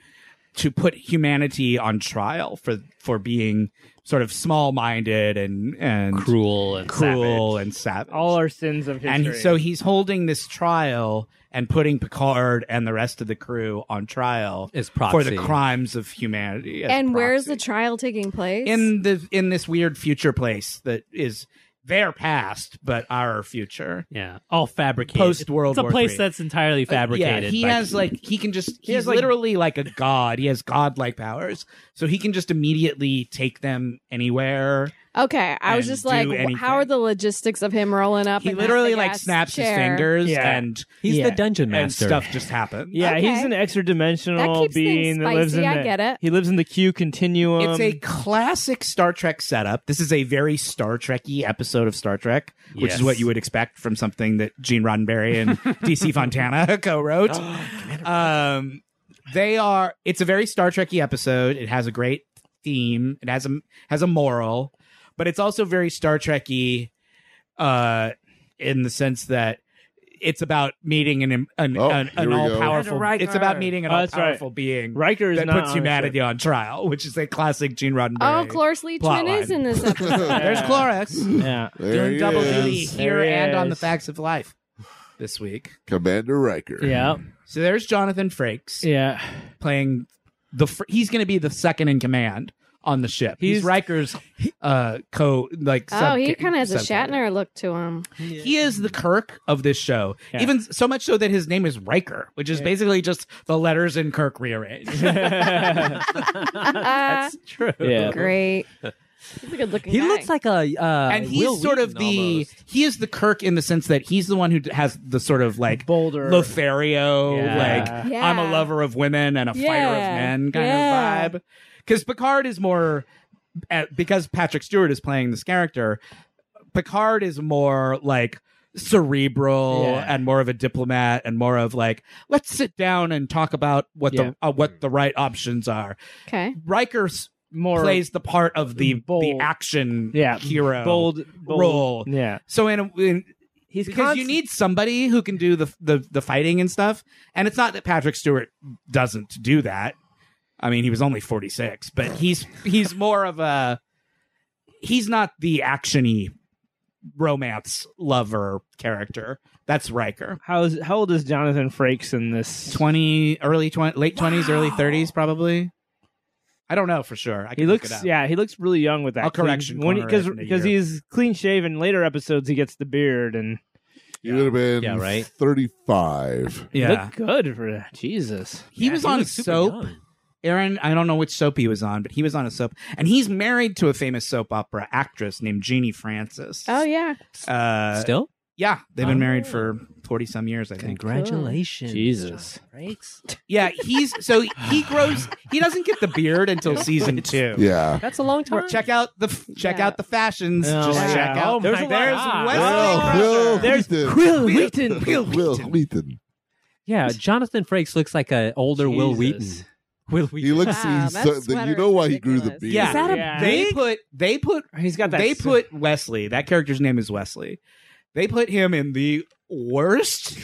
Speaker 2: to put humanity on trial for for being sort of small minded and and
Speaker 7: Cruel and
Speaker 2: cruel and savage.
Speaker 4: All our sins of history.
Speaker 2: and he- so he's holding this trial and putting Picard and the rest of the crew on trial
Speaker 6: As
Speaker 2: for
Speaker 6: proxy.
Speaker 2: the crimes of humanity. as
Speaker 5: And where is the
Speaker 2: proxy.
Speaker 5: trial taking place?
Speaker 2: in the in this weird future place that is their past but our future.
Speaker 3: yeah, all fabricated.
Speaker 2: Post World
Speaker 3: It's a
Speaker 2: War
Speaker 3: place
Speaker 2: III.
Speaker 3: that's entirely fabricated.
Speaker 2: Yeah, he
Speaker 3: by-
Speaker 2: has like he can just he's
Speaker 4: has, like-
Speaker 2: literally like a god. He has godlike powers, so he can just immediately take them anywhere.
Speaker 5: okay, I was
Speaker 2: and
Speaker 5: just
Speaker 2: do
Speaker 5: like,
Speaker 2: anything.
Speaker 5: how are the logistics of him rolling up?
Speaker 2: He
Speaker 5: and
Speaker 2: literally
Speaker 5: that big
Speaker 2: like
Speaker 5: ass
Speaker 2: snaps
Speaker 5: chair?
Speaker 2: his fingers
Speaker 4: Yeah.
Speaker 2: and
Speaker 6: He's
Speaker 4: Yeah.
Speaker 6: the dungeon
Speaker 2: and
Speaker 6: master. *laughs*
Speaker 2: stuff *laughs* just happens.
Speaker 4: yeah,
Speaker 5: Okay.
Speaker 4: he's an extra
Speaker 5: That
Speaker 4: dimensional
Speaker 5: keeps
Speaker 4: being
Speaker 5: things
Speaker 4: that lives in.
Speaker 5: spicy. I
Speaker 4: the-
Speaker 5: get it.
Speaker 4: He lives in the Q continuum.
Speaker 2: It's a classic Star Trek setup. This is a very Star Trekky episode of Star Trek, which
Speaker 3: Yes.
Speaker 2: is what you would expect from something that Gene Roddenberry
Speaker 4: *laughs*
Speaker 2: and DC Fontana *laughs* co-wrote.
Speaker 4: Oh,
Speaker 2: um, they are. It's a very Star Trekky episode. It has a great theme. It has a has a moral. but it's also very Star Trekky, uh, in the sense that it's about meeting an an,
Speaker 1: Oh,
Speaker 2: an,
Speaker 1: here
Speaker 2: an
Speaker 1: we go.
Speaker 2: all powerful. It's about meeting an
Speaker 4: Oh,
Speaker 2: all
Speaker 4: that's right.
Speaker 2: powerful being
Speaker 4: Riker is
Speaker 2: that
Speaker 4: not
Speaker 2: puts
Speaker 4: on
Speaker 2: humanity on trial, which is a classic Gene Roddenberry.
Speaker 5: Oh, Cloris Leachman
Speaker 2: Plotline.
Speaker 5: is in
Speaker 2: *laughs*
Speaker 1: *laughs*
Speaker 5: this episode.
Speaker 2: oh. There's
Speaker 4: Yeah.
Speaker 2: Cloris *laughs*
Speaker 4: the ship. Yeah.
Speaker 1: There
Speaker 2: doing
Speaker 1: he
Speaker 2: double
Speaker 1: is.
Speaker 2: duty here
Speaker 4: There he
Speaker 2: and on
Speaker 4: is.
Speaker 2: the facts of life this week.
Speaker 1: Commander Riker.
Speaker 4: Yeah.
Speaker 2: So there's Jonathan Frakes
Speaker 4: Yeah.
Speaker 2: playing the. Fr- he's going to be the second in command on the ship. He's,
Speaker 4: He's-
Speaker 2: Riker's uh, co like.
Speaker 5: oh,
Speaker 2: sub-
Speaker 5: he kind of has a
Speaker 2: sub-
Speaker 5: Shatner look to
Speaker 2: *laughs*
Speaker 5: him.
Speaker 2: He is the Kirk of this show.
Speaker 4: Yeah.
Speaker 2: Even so much so that his name is Riker, which is basically just the letters in Kirk *laughs* rearranged.
Speaker 5: That's
Speaker 6: True.
Speaker 5: *laughs*
Speaker 4: Yeah.
Speaker 2: *laughs*
Speaker 5: great. He's a good looking
Speaker 6: He
Speaker 5: guy.
Speaker 6: looks like a uh,
Speaker 2: and he's
Speaker 6: Will
Speaker 2: sort of
Speaker 6: Wheaton
Speaker 2: the
Speaker 6: almost.
Speaker 2: he is the Kirk in the sense that he's the one who d- has the sort of like
Speaker 4: Boulder.
Speaker 2: Lothario,
Speaker 4: Yeah.
Speaker 2: like
Speaker 5: Yeah.
Speaker 2: I'm a lover of women and a fighter of
Speaker 5: Yeah.
Speaker 2: men kind
Speaker 5: Yeah.
Speaker 2: of vibe. Because Picard is more uh, because Patrick Stewart is playing this character. Picard is more like cerebral
Speaker 4: Yeah.
Speaker 2: and more of a diplomat and more of like let's sit down and talk about what
Speaker 4: Yeah.
Speaker 2: the uh, what the right options are.
Speaker 5: okay.
Speaker 2: Riker s-
Speaker 4: More
Speaker 2: plays the part of the the
Speaker 4: bold.
Speaker 2: action
Speaker 4: Yeah.
Speaker 2: hero
Speaker 4: bold, bold
Speaker 2: role.
Speaker 4: Yeah.
Speaker 2: So in, a- in
Speaker 4: He's
Speaker 2: because you need somebody who can do the, the the fighting and stuff, and it's not that Patrick Stewart doesn't do that. I mean, he was only forty six, but he's he's more of a he's not the actiony romance lover character. That's Riker.
Speaker 4: How's how old is Jonathan Frakes in this?
Speaker 2: Twenty, early twenty, late twenties, early thirties, probably. I don't know for sure. I can
Speaker 4: He
Speaker 2: look
Speaker 4: looks,
Speaker 2: it up.
Speaker 4: yeah, he looks really young with that.
Speaker 2: I'll correction corner
Speaker 4: because
Speaker 2: it in a
Speaker 4: because
Speaker 2: year.
Speaker 4: he's clean shaven. Later episodes, he gets the beard and
Speaker 1: He would have been
Speaker 6: Yeah, right.
Speaker 1: 35.
Speaker 4: he
Speaker 2: yeah.
Speaker 4: looked good for that. Jesus,
Speaker 2: he
Speaker 6: Yeah,
Speaker 2: was
Speaker 6: he
Speaker 2: on
Speaker 6: looks super
Speaker 2: soap.
Speaker 6: young.
Speaker 2: Aaron, I don't know which soap he was on, but he was on a soap, and he's married to a famous soap opera actress named Jeannie Francis.
Speaker 5: Oh yeah.
Speaker 2: uh,
Speaker 6: Still,
Speaker 2: yeah, they've been
Speaker 6: Oh.
Speaker 2: married for forty some years, I think.
Speaker 6: congratulations,
Speaker 4: Jesus.
Speaker 6: Breaks.
Speaker 2: Yeah, he's so he grows. He doesn't get the beard until season two.
Speaker 1: Yeah.
Speaker 6: That's a long time.
Speaker 2: Check out the f- check
Speaker 5: Yeah.
Speaker 2: out the fashions.
Speaker 4: Oh,
Speaker 2: Just
Speaker 4: yeah.
Speaker 2: check
Speaker 6: Oh,
Speaker 2: out.
Speaker 6: my
Speaker 2: there's there's
Speaker 6: God.
Speaker 2: Wesley.
Speaker 1: Will
Speaker 4: There's
Speaker 1: Wheaton.
Speaker 4: Quill Wheaton.
Speaker 2: Will
Speaker 1: Will
Speaker 2: Wheaton.
Speaker 1: Wheaton.
Speaker 6: *laughs* Yeah, Jonathan Frakes looks like an older Will Wheaton.
Speaker 4: Jesus.
Speaker 6: Will
Speaker 1: He
Speaker 6: Wheaton.
Speaker 1: looks.
Speaker 5: Wow,
Speaker 2: Ah,
Speaker 1: he's
Speaker 5: that
Speaker 1: so, that, you
Speaker 5: sweater
Speaker 1: know
Speaker 5: is
Speaker 1: why he grew the
Speaker 5: ridiculous.
Speaker 1: beard?
Speaker 2: Yeah. Is
Speaker 6: that a
Speaker 4: Yeah.
Speaker 2: They
Speaker 6: big-
Speaker 2: put they put
Speaker 4: He's got that.
Speaker 2: they put Wesley. That character's name is Wesley. They put him in the worst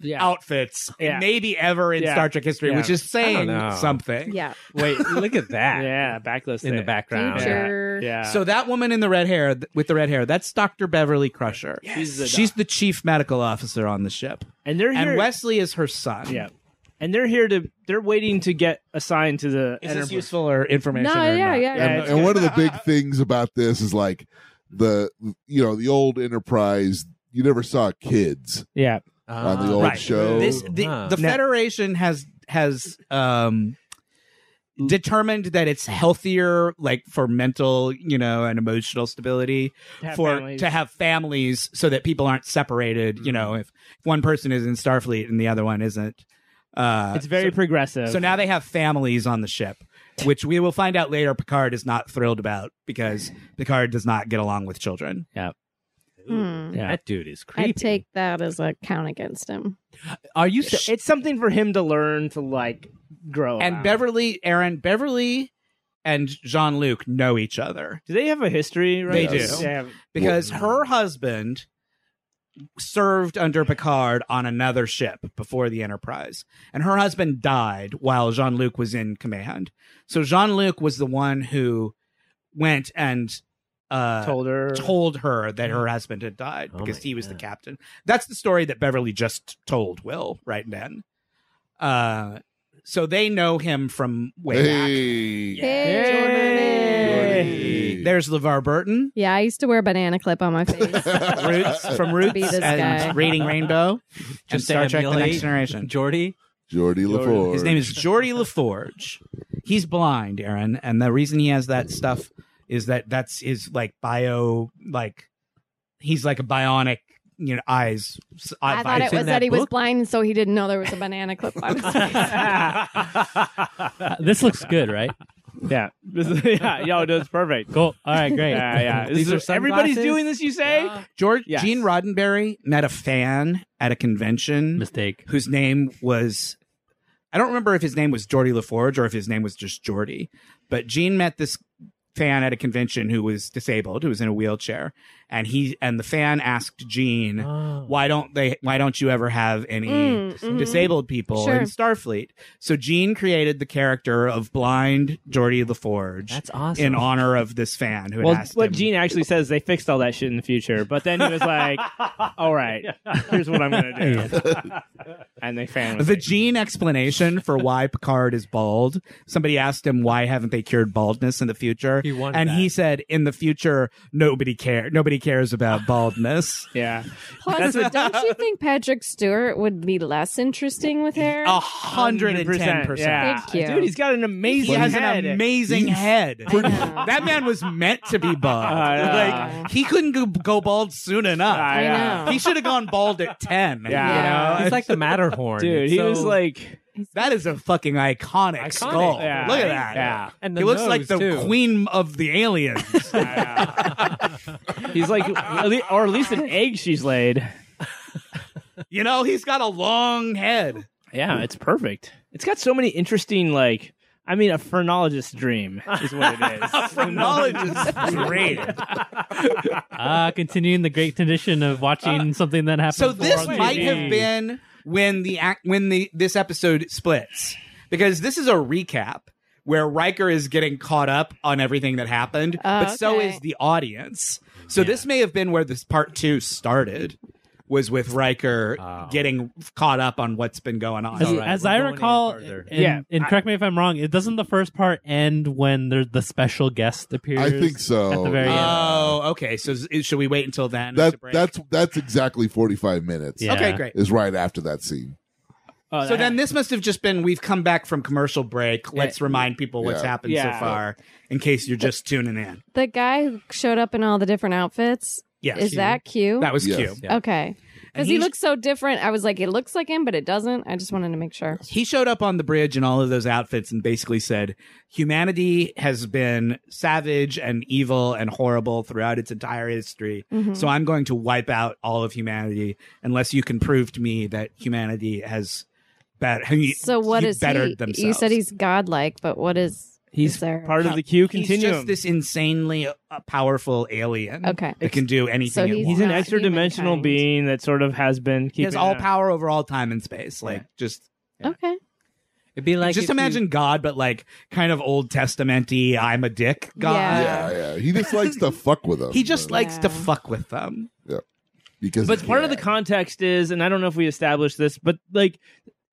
Speaker 4: yeah.
Speaker 2: outfits
Speaker 4: Yeah.
Speaker 2: maybe ever in
Speaker 4: Yeah.
Speaker 2: Star Trek history,
Speaker 4: Yeah.
Speaker 2: which is saying
Speaker 6: know.
Speaker 2: something.
Speaker 5: Yeah.
Speaker 6: Wait, look at that
Speaker 4: *laughs* yeah, backless
Speaker 6: *laughs* in the
Speaker 4: there.
Speaker 6: background.
Speaker 4: Future.
Speaker 5: Future.
Speaker 4: Yeah.
Speaker 2: So that woman in the red hair th- with the red hair, that's Dr. Beverly Crusher.
Speaker 4: She's the
Speaker 2: She's the chief medical officer on the ship.
Speaker 4: and they're here.
Speaker 2: And Wesley is her son.
Speaker 4: yeah, and they're here to. They're waiting to get assigned to the.
Speaker 2: Is this
Speaker 4: Enterprise.
Speaker 2: useful or information?
Speaker 5: No,
Speaker 2: or
Speaker 5: yeah,
Speaker 2: not?
Speaker 5: yeah,
Speaker 4: Yeah,
Speaker 1: and,
Speaker 4: it's
Speaker 1: and
Speaker 4: good.
Speaker 1: one of the big
Speaker 2: *laughs*
Speaker 1: things about this is like the you know the old enterprise you never saw kids
Speaker 4: Yeah,
Speaker 1: on Uh,
Speaker 6: Uh,
Speaker 1: the old
Speaker 2: right.
Speaker 1: show
Speaker 2: This the, the
Speaker 4: Oh, Now-
Speaker 2: Federation has has um determined that it's healthier like for mental, you know, and emotional stability
Speaker 4: To have
Speaker 2: for
Speaker 4: families. Mm-hmm.
Speaker 2: to have families so that people aren't separated, you know, if, if one person is in Starfleet and the other one isn't. Uh
Speaker 4: it's very
Speaker 2: so-
Speaker 4: progressive.
Speaker 2: So now they have families on the ship, which we will find out later Picard is not thrilled about because Picard does not get along with children.
Speaker 5: Hmm.
Speaker 4: Yeah.
Speaker 6: That dude is creepy.
Speaker 5: I take that as a count against him.
Speaker 6: Are you?
Speaker 4: So it's something for him to learn to like grow.
Speaker 2: And
Speaker 4: around.
Speaker 2: Beverly, Aaron, Beverly and Jean Luc know each other
Speaker 4: do they have a history? Right?
Speaker 1: They
Speaker 2: do.
Speaker 4: Yeah.
Speaker 2: because her husband served under Picard on another ship before the Enterprise. And her husband died while Jean Luc was in command. So Jean Luc was the one who went and uh,
Speaker 4: Told her.
Speaker 2: told her that
Speaker 5: Mm-hmm.
Speaker 2: her husband had died
Speaker 6: Oh
Speaker 2: because
Speaker 6: my
Speaker 2: he was the
Speaker 6: God.
Speaker 2: captain. That's the story that Beverly just told Will right then. Uh, so they know him from way back.
Speaker 1: hey
Speaker 4: Hey.
Speaker 1: Jordan.
Speaker 2: There's LeVar Burton,
Speaker 5: Yeah, I used to wear a banana clip on my face. *laughs*
Speaker 2: Roots from
Speaker 5: Be
Speaker 2: Roots
Speaker 5: this guy.
Speaker 2: and Reading
Speaker 5: *laughs*
Speaker 2: Rainbow, and
Speaker 6: Just to
Speaker 2: Star Trek: The
Speaker 6: emulate
Speaker 2: Next Generation.
Speaker 6: *laughs* Jordy.
Speaker 1: Geordie LaForge.
Speaker 2: His name is Geordie LaForge. He's blind, Aaron, and the reason he has that stuff is that that's his like bio, like he's like a bionic, you know, eyes. s-
Speaker 5: I thought it
Speaker 6: It's in
Speaker 5: was
Speaker 6: that
Speaker 5: that he was
Speaker 6: book?
Speaker 5: blind, so he didn't know there was a banana clip on his
Speaker 4: *laughs*
Speaker 5: face.
Speaker 6: Uh, this looks good, right?
Speaker 4: *laughs* Yeah. This is, yeah. Yo, that's perfect.
Speaker 6: Cool. All right, *laughs* great.
Speaker 2: *laughs*
Speaker 4: Yeah, yeah. This
Speaker 6: These
Speaker 4: is-
Speaker 6: are sunglasses?
Speaker 4: everybody's doing this. You say?
Speaker 2: George
Speaker 4: Yes.
Speaker 2: Gene Roddenberry met a fan at a convention
Speaker 6: *laughs* Mistake.
Speaker 2: whose name was I don't remember if his name was Geordie LaForge or if his name was just Geordie, but Gene met this fan at a convention who was disabled, who was in a wheelchair, and he and the fan asked Gene,
Speaker 4: Oh.
Speaker 3: Oh,
Speaker 2: "Why don't they? Why don't you ever have any
Speaker 5: Mm, mhm.
Speaker 2: disabled people in
Speaker 5: Sure.
Speaker 2: Starfleet?" So Gene created the character of blind Geordie LaForge
Speaker 6: That's awesome.
Speaker 2: in honor of this fan who had
Speaker 4: Well,
Speaker 2: asked
Speaker 4: what
Speaker 2: him.
Speaker 4: Gene actually says, they fixed all that shit in the future. But then he was
Speaker 2: *laughs*
Speaker 4: like, all right, here's what I'm going to do. *laughs* and they found
Speaker 2: the Gene explanation for why Picard is bald. Somebody asked him why haven't they cured baldness in the future,
Speaker 6: He wanted
Speaker 2: and
Speaker 6: that.
Speaker 2: he said, "In the future, nobody care. Nobody cares about baldness."
Speaker 4: Yeah.
Speaker 5: Plus, don't you think Patrick Stewart would be less interesting with hair?
Speaker 2: A hundred and ten percent.
Speaker 4: Yeah.
Speaker 5: Thank you.
Speaker 4: Dude, he's got an amazing
Speaker 2: He has
Speaker 4: head.
Speaker 2: an amazing head. *laughs*
Speaker 5: know.
Speaker 2: that man was meant to be bald.
Speaker 4: I
Speaker 5: know.
Speaker 2: like he couldn't go, go bald soon enough.
Speaker 4: I
Speaker 5: I
Speaker 4: know.
Speaker 5: know.
Speaker 2: he should have gone bald at ten.
Speaker 4: Yeah.
Speaker 2: you know?
Speaker 6: He's like the Matterhorn,
Speaker 4: Dude, he
Speaker 6: So-
Speaker 4: was like,
Speaker 2: That is a fucking iconic,
Speaker 6: Iconic.
Speaker 2: skull.
Speaker 4: Yeah.
Speaker 2: Oh, Look at that.
Speaker 4: Yeah.
Speaker 6: And
Speaker 2: he
Speaker 6: the
Speaker 2: looks like
Speaker 6: nose,
Speaker 2: the
Speaker 6: too.
Speaker 2: queen of the aliens.
Speaker 4: he's like, or at least an egg she's laid.
Speaker 2: you know, he's got a long head.
Speaker 4: Yeah, it's perfect. It's got so many interesting, like, I mean, a phrenologist's dream is what
Speaker 2: *laughs*
Speaker 4: it is.
Speaker 2: Knowledge is great.
Speaker 3: Ah, continuing the great tradition of watching something that happened.
Speaker 2: Uh, So this
Speaker 3: before on
Speaker 2: might
Speaker 3: TV.
Speaker 2: have been when the ac- when the this episode splits because this is a recap where Riker is getting caught up on everything that happened,
Speaker 5: Oh,
Speaker 2: but so
Speaker 5: okay.
Speaker 2: is the audience. So this may have been where this part two started. Was with Riker getting caught up on what's been going on.
Speaker 3: As,
Speaker 6: All right,
Speaker 3: as
Speaker 6: we're
Speaker 3: I
Speaker 6: going in
Speaker 3: recall,
Speaker 6: further.
Speaker 3: and,
Speaker 4: Yeah,
Speaker 3: and correct me if I'm wrong. It doesn't the first part end when there, the special guest appears.
Speaker 1: I think so.
Speaker 3: At the very end.
Speaker 2: Oh, okay. So is- should we wait until then?
Speaker 1: that
Speaker 2: to break?
Speaker 1: that's that's exactly forty five minutes.
Speaker 3: Yeah.
Speaker 2: okay. Great.
Speaker 1: Is right after that scene.
Speaker 4: Oh,
Speaker 2: So
Speaker 4: that-
Speaker 2: then this must have just been we've come back from commercial break. Let's remind people what's
Speaker 1: Yeah.
Speaker 2: happened so
Speaker 4: Yeah.
Speaker 2: far in case you're just tuning in.
Speaker 5: the guy who showed up in all the different outfits.
Speaker 2: Yes.
Speaker 5: Is that Q?
Speaker 2: That was
Speaker 1: Yes.
Speaker 2: cute.
Speaker 6: Yeah.
Speaker 5: Okay.
Speaker 2: And
Speaker 5: Because he
Speaker 2: he's-
Speaker 5: looks so different. I was like, it looks like him, but it doesn't. I just wanted to make sure.
Speaker 2: He showed up on the bridge in all of those outfits and basically said, Humanity has been savage and evil and horrible throughout its entire history.
Speaker 5: Mm-hmm.
Speaker 2: So I'm going to wipe out all of humanity unless you can prove to me that humanity has bet-
Speaker 5: So what
Speaker 2: you
Speaker 5: is
Speaker 2: bettered
Speaker 5: he?
Speaker 2: themselves.
Speaker 5: You said he's godlike, but what is
Speaker 4: he's
Speaker 5: is there?
Speaker 4: part of the Q
Speaker 2: He's
Speaker 4: continuum.
Speaker 2: just this insanely uh, powerful alien.
Speaker 5: Okay.
Speaker 2: That can do anything
Speaker 5: So
Speaker 2: it
Speaker 5: he's
Speaker 2: wants.
Speaker 4: He's an
Speaker 5: not
Speaker 4: extra dimensional
Speaker 5: humankind.
Speaker 4: being that sort of has been
Speaker 2: He
Speaker 4: keeping
Speaker 2: has all
Speaker 4: an eye-
Speaker 2: power over all time and space. Like just
Speaker 5: Okay.
Speaker 6: It'd be like if
Speaker 2: just
Speaker 6: you-
Speaker 2: imagine God, but like kind of old testamenty I'm a dick God.
Speaker 5: Yeah.
Speaker 1: yeah, yeah. He just likes
Speaker 2: *laughs*
Speaker 1: to fuck with them.
Speaker 2: He just
Speaker 1: uh,
Speaker 2: likes to
Speaker 5: Yeah.
Speaker 2: fuck with them.
Speaker 1: because
Speaker 4: But
Speaker 1: he
Speaker 4: part of the
Speaker 1: can.
Speaker 4: context is, and I don't know if we established this, but like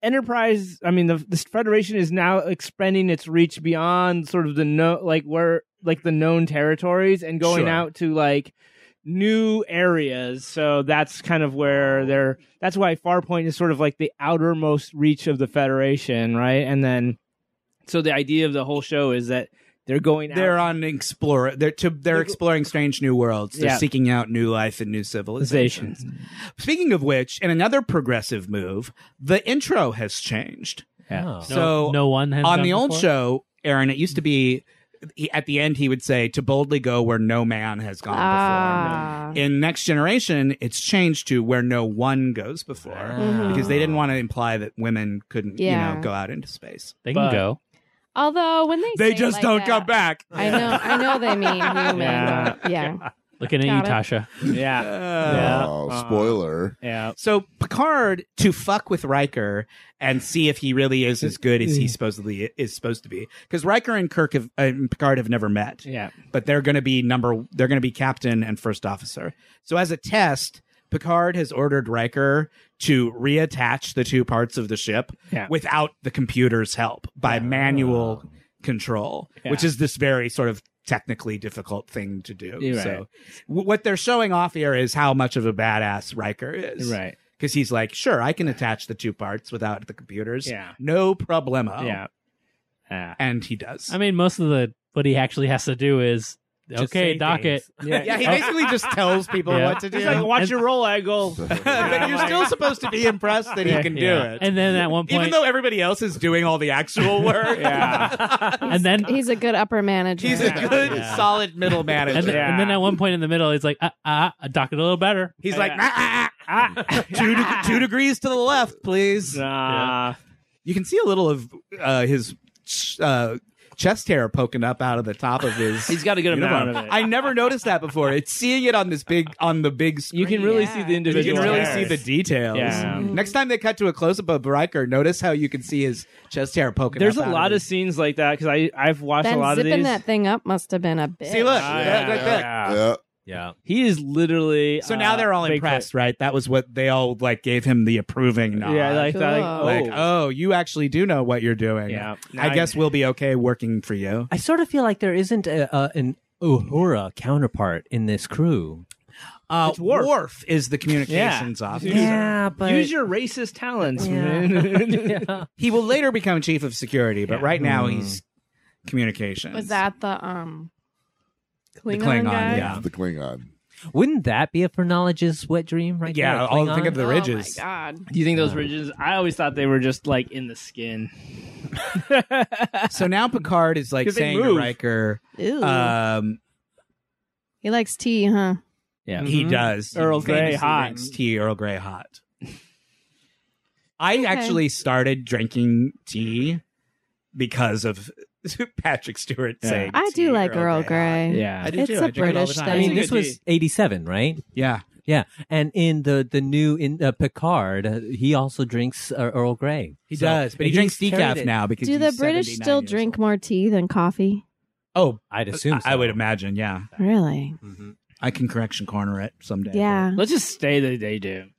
Speaker 4: Enterprise, I mean, the, the Federation is now expanding its reach beyond sort of the no, like where like the known territories and going
Speaker 2: Sure.
Speaker 4: out to like new areas. So that's kind of where they're. That's why Farpoint is sort of like the outermost reach of the Federation, right? And then, so the idea of the whole show is that they're going out
Speaker 2: They're on explore. They're to, they're exploring strange new worlds. They're
Speaker 4: Yeah.
Speaker 2: seeking out new life and new civilizations. Speaking of which, in another progressive move, the intro has changed.
Speaker 6: Oh.
Speaker 3: No,
Speaker 2: so
Speaker 3: no one has
Speaker 2: on
Speaker 3: done
Speaker 2: the old
Speaker 3: before?
Speaker 2: show, Aaron, it used to be he, at the end he would say to boldly go where no man has gone
Speaker 5: Ah.
Speaker 2: before. In Next Generation, it's changed to where no one goes before
Speaker 5: Mm-hmm.
Speaker 6: Ah.
Speaker 2: because they didn't want to imply that women couldn't, you
Speaker 5: Yeah.
Speaker 2: know, go out into space.
Speaker 3: They
Speaker 4: But-
Speaker 3: can go.
Speaker 5: Although when they
Speaker 2: They
Speaker 5: say it
Speaker 2: just
Speaker 5: like
Speaker 2: don't
Speaker 5: that,
Speaker 2: come back.
Speaker 5: I know. I know
Speaker 2: *laughs*
Speaker 5: they mean human.
Speaker 4: Yeah.
Speaker 5: Yeah. yeah.
Speaker 3: Looking at
Speaker 5: Got
Speaker 3: you,
Speaker 5: it.
Speaker 3: Tasha.
Speaker 4: Yeah,
Speaker 2: Uh,
Speaker 1: Oh,
Speaker 4: Yeah.
Speaker 1: spoiler.
Speaker 4: yeah.
Speaker 2: So Picard to fuck with Riker and see if he really is as good as he supposedly is supposed to be, because Riker and Kirk have, and Picard have never met.
Speaker 4: Yeah.
Speaker 2: but they're going to be number they're going to be captain and first officer. So as a test, Picard has ordered Riker to reattach the two parts of the ship
Speaker 4: Yeah.
Speaker 2: without the computer's help by manual control,
Speaker 4: Yeah.
Speaker 2: which is this very sort of technically difficult thing to do.
Speaker 4: You're right.
Speaker 2: So w- what they're showing off here is how much of a badass Riker is.
Speaker 4: Right.
Speaker 2: Cuz he's like, "Sure, I can attach the two parts without the computers.
Speaker 4: Yeah.
Speaker 2: No problema."
Speaker 4: Yeah. Yeah.
Speaker 2: And he does.
Speaker 3: I mean, most of the what he actually has to do is
Speaker 2: Just
Speaker 3: okay,
Speaker 2: say
Speaker 3: dock
Speaker 2: things.
Speaker 3: it.
Speaker 2: yeah,
Speaker 4: *laughs*
Speaker 2: he basically just tells people
Speaker 3: Yeah.
Speaker 2: what to do.
Speaker 4: He's like, watch
Speaker 3: And-
Speaker 4: your
Speaker 1: *laughs*
Speaker 2: *laughs*
Speaker 4: roll, Angle.
Speaker 2: but you're still supposed to be impressed that he can do
Speaker 3: Yeah.
Speaker 2: it.
Speaker 3: And then at one point,
Speaker 2: Even though everybody else is doing all the
Speaker 4: *laughs*
Speaker 2: actual work.
Speaker 4: yeah.
Speaker 2: *laughs*
Speaker 3: and then
Speaker 5: He's a good upper manager.
Speaker 2: He's a good,
Speaker 3: Yeah.
Speaker 2: solid middle manager.
Speaker 3: and, then-
Speaker 4: Yeah.
Speaker 3: and then at one point in the middle, he's like, ah, ah, ah, dock it a little better.
Speaker 2: He's like,
Speaker 4: Yeah.
Speaker 2: "Nah, ah, ah, two, de- two degrees to the left, please.
Speaker 4: *laughs* Nah.
Speaker 2: You can see a little of uh, his uh, chest hair poking up out of the top of his.
Speaker 4: *laughs* He's got a good amount
Speaker 2: uniform.
Speaker 4: of it.
Speaker 2: I never noticed that before. It's seeing it on this big on the big screen.
Speaker 4: you can really
Speaker 5: Yeah.
Speaker 4: see the
Speaker 2: You
Speaker 4: individual.
Speaker 2: can really
Speaker 4: hairs.
Speaker 2: see the details.
Speaker 4: Yeah. Mhm.
Speaker 2: Next time they cut to a close up of Riker, notice how you can see his chest hair poking.
Speaker 4: There's
Speaker 2: up
Speaker 4: a
Speaker 2: out
Speaker 4: lot of
Speaker 2: his-
Speaker 4: scenes like that because I I've watched a
Speaker 5: That
Speaker 4: lot of
Speaker 5: zipping
Speaker 4: these.
Speaker 5: that thing up must have been a bit.
Speaker 2: See, look,
Speaker 4: Ah,
Speaker 2: look,
Speaker 4: yeah,
Speaker 2: look, look.
Speaker 1: yeah.
Speaker 6: Yeah.
Speaker 4: He is literally.
Speaker 2: So
Speaker 4: uh,
Speaker 2: now they're all
Speaker 4: Bigfoot.
Speaker 2: impressed, right? That was what they all like gave him the approving nod.
Speaker 4: Yeah, like that. Like,
Speaker 2: Like,
Speaker 4: oh.
Speaker 2: oh, you actually do know what you're doing.
Speaker 4: Yeah.
Speaker 2: I guess we'll be okay working for you.
Speaker 6: I sort of feel like there isn't a, a, an Uhura counterpart in this crew.
Speaker 2: Uh,
Speaker 4: It's Worf.
Speaker 2: is the communications officer.
Speaker 6: Yeah, but
Speaker 4: use your racist talents,
Speaker 6: Yeah. *laughs*
Speaker 4: man. *laughs*
Speaker 6: Yeah.
Speaker 2: He will later become chief of security, but right now
Speaker 4: Hmm.
Speaker 2: he's communications.
Speaker 5: Was that the um
Speaker 2: the
Speaker 5: Klingon,
Speaker 2: Klingon?
Speaker 5: guy?
Speaker 2: Yeah,
Speaker 1: The Klingon.
Speaker 6: wouldn't that be a phrenologist's wet dream, right?
Speaker 2: yeah.
Speaker 6: there, a
Speaker 2: I'll think
Speaker 6: Klingon?
Speaker 2: of the ridges.
Speaker 5: Oh my god.
Speaker 4: Do you think those ridges? I always thought they were just like in
Speaker 2: *laughs*
Speaker 4: the skin. *laughs*
Speaker 2: so now Picard is like
Speaker 4: 'Cause they
Speaker 2: saying to
Speaker 4: move.
Speaker 2: Riker,
Speaker 5: Ew.
Speaker 2: um,
Speaker 5: he likes tea, huh?
Speaker 4: Yeah.
Speaker 2: he does
Speaker 4: hmm,
Speaker 2: E
Speaker 4: Earl
Speaker 2: He
Speaker 4: Grey
Speaker 2: famously
Speaker 4: hot.
Speaker 2: drinks Tea Earl Grey hot.
Speaker 4: *laughs*
Speaker 2: I actually started drinking tea because of *laughs* Patrick Stewart
Speaker 4: Yeah.
Speaker 2: saying.
Speaker 5: I
Speaker 2: tea,
Speaker 5: do like Earl Grey.
Speaker 2: Hot.
Speaker 4: Yeah.
Speaker 2: I do
Speaker 5: It's
Speaker 2: too.
Speaker 5: a
Speaker 2: I drink it all the
Speaker 5: British
Speaker 2: time.
Speaker 6: I
Speaker 5: thing.
Speaker 6: mean, this was eighty-seven, right?
Speaker 2: Yeah.
Speaker 6: Yeah, and in the the new in uh, Picard, uh, he also drinks uh, Earl Grey.
Speaker 2: He
Speaker 6: So-
Speaker 2: does, but he
Speaker 6: and
Speaker 2: drinks
Speaker 6: he's carried
Speaker 2: decaf
Speaker 6: it-
Speaker 2: now because
Speaker 5: Do the
Speaker 2: he's
Speaker 5: British
Speaker 2: 79
Speaker 5: still
Speaker 2: years
Speaker 5: drink
Speaker 2: old.
Speaker 5: more tea than coffee?
Speaker 2: Oh,
Speaker 6: I'd assume.
Speaker 2: I, I would
Speaker 6: so.
Speaker 2: imagine. Yeah,
Speaker 5: Really?
Speaker 2: I can correction corner it someday.
Speaker 5: Yeah.
Speaker 4: Let's just stay that they do.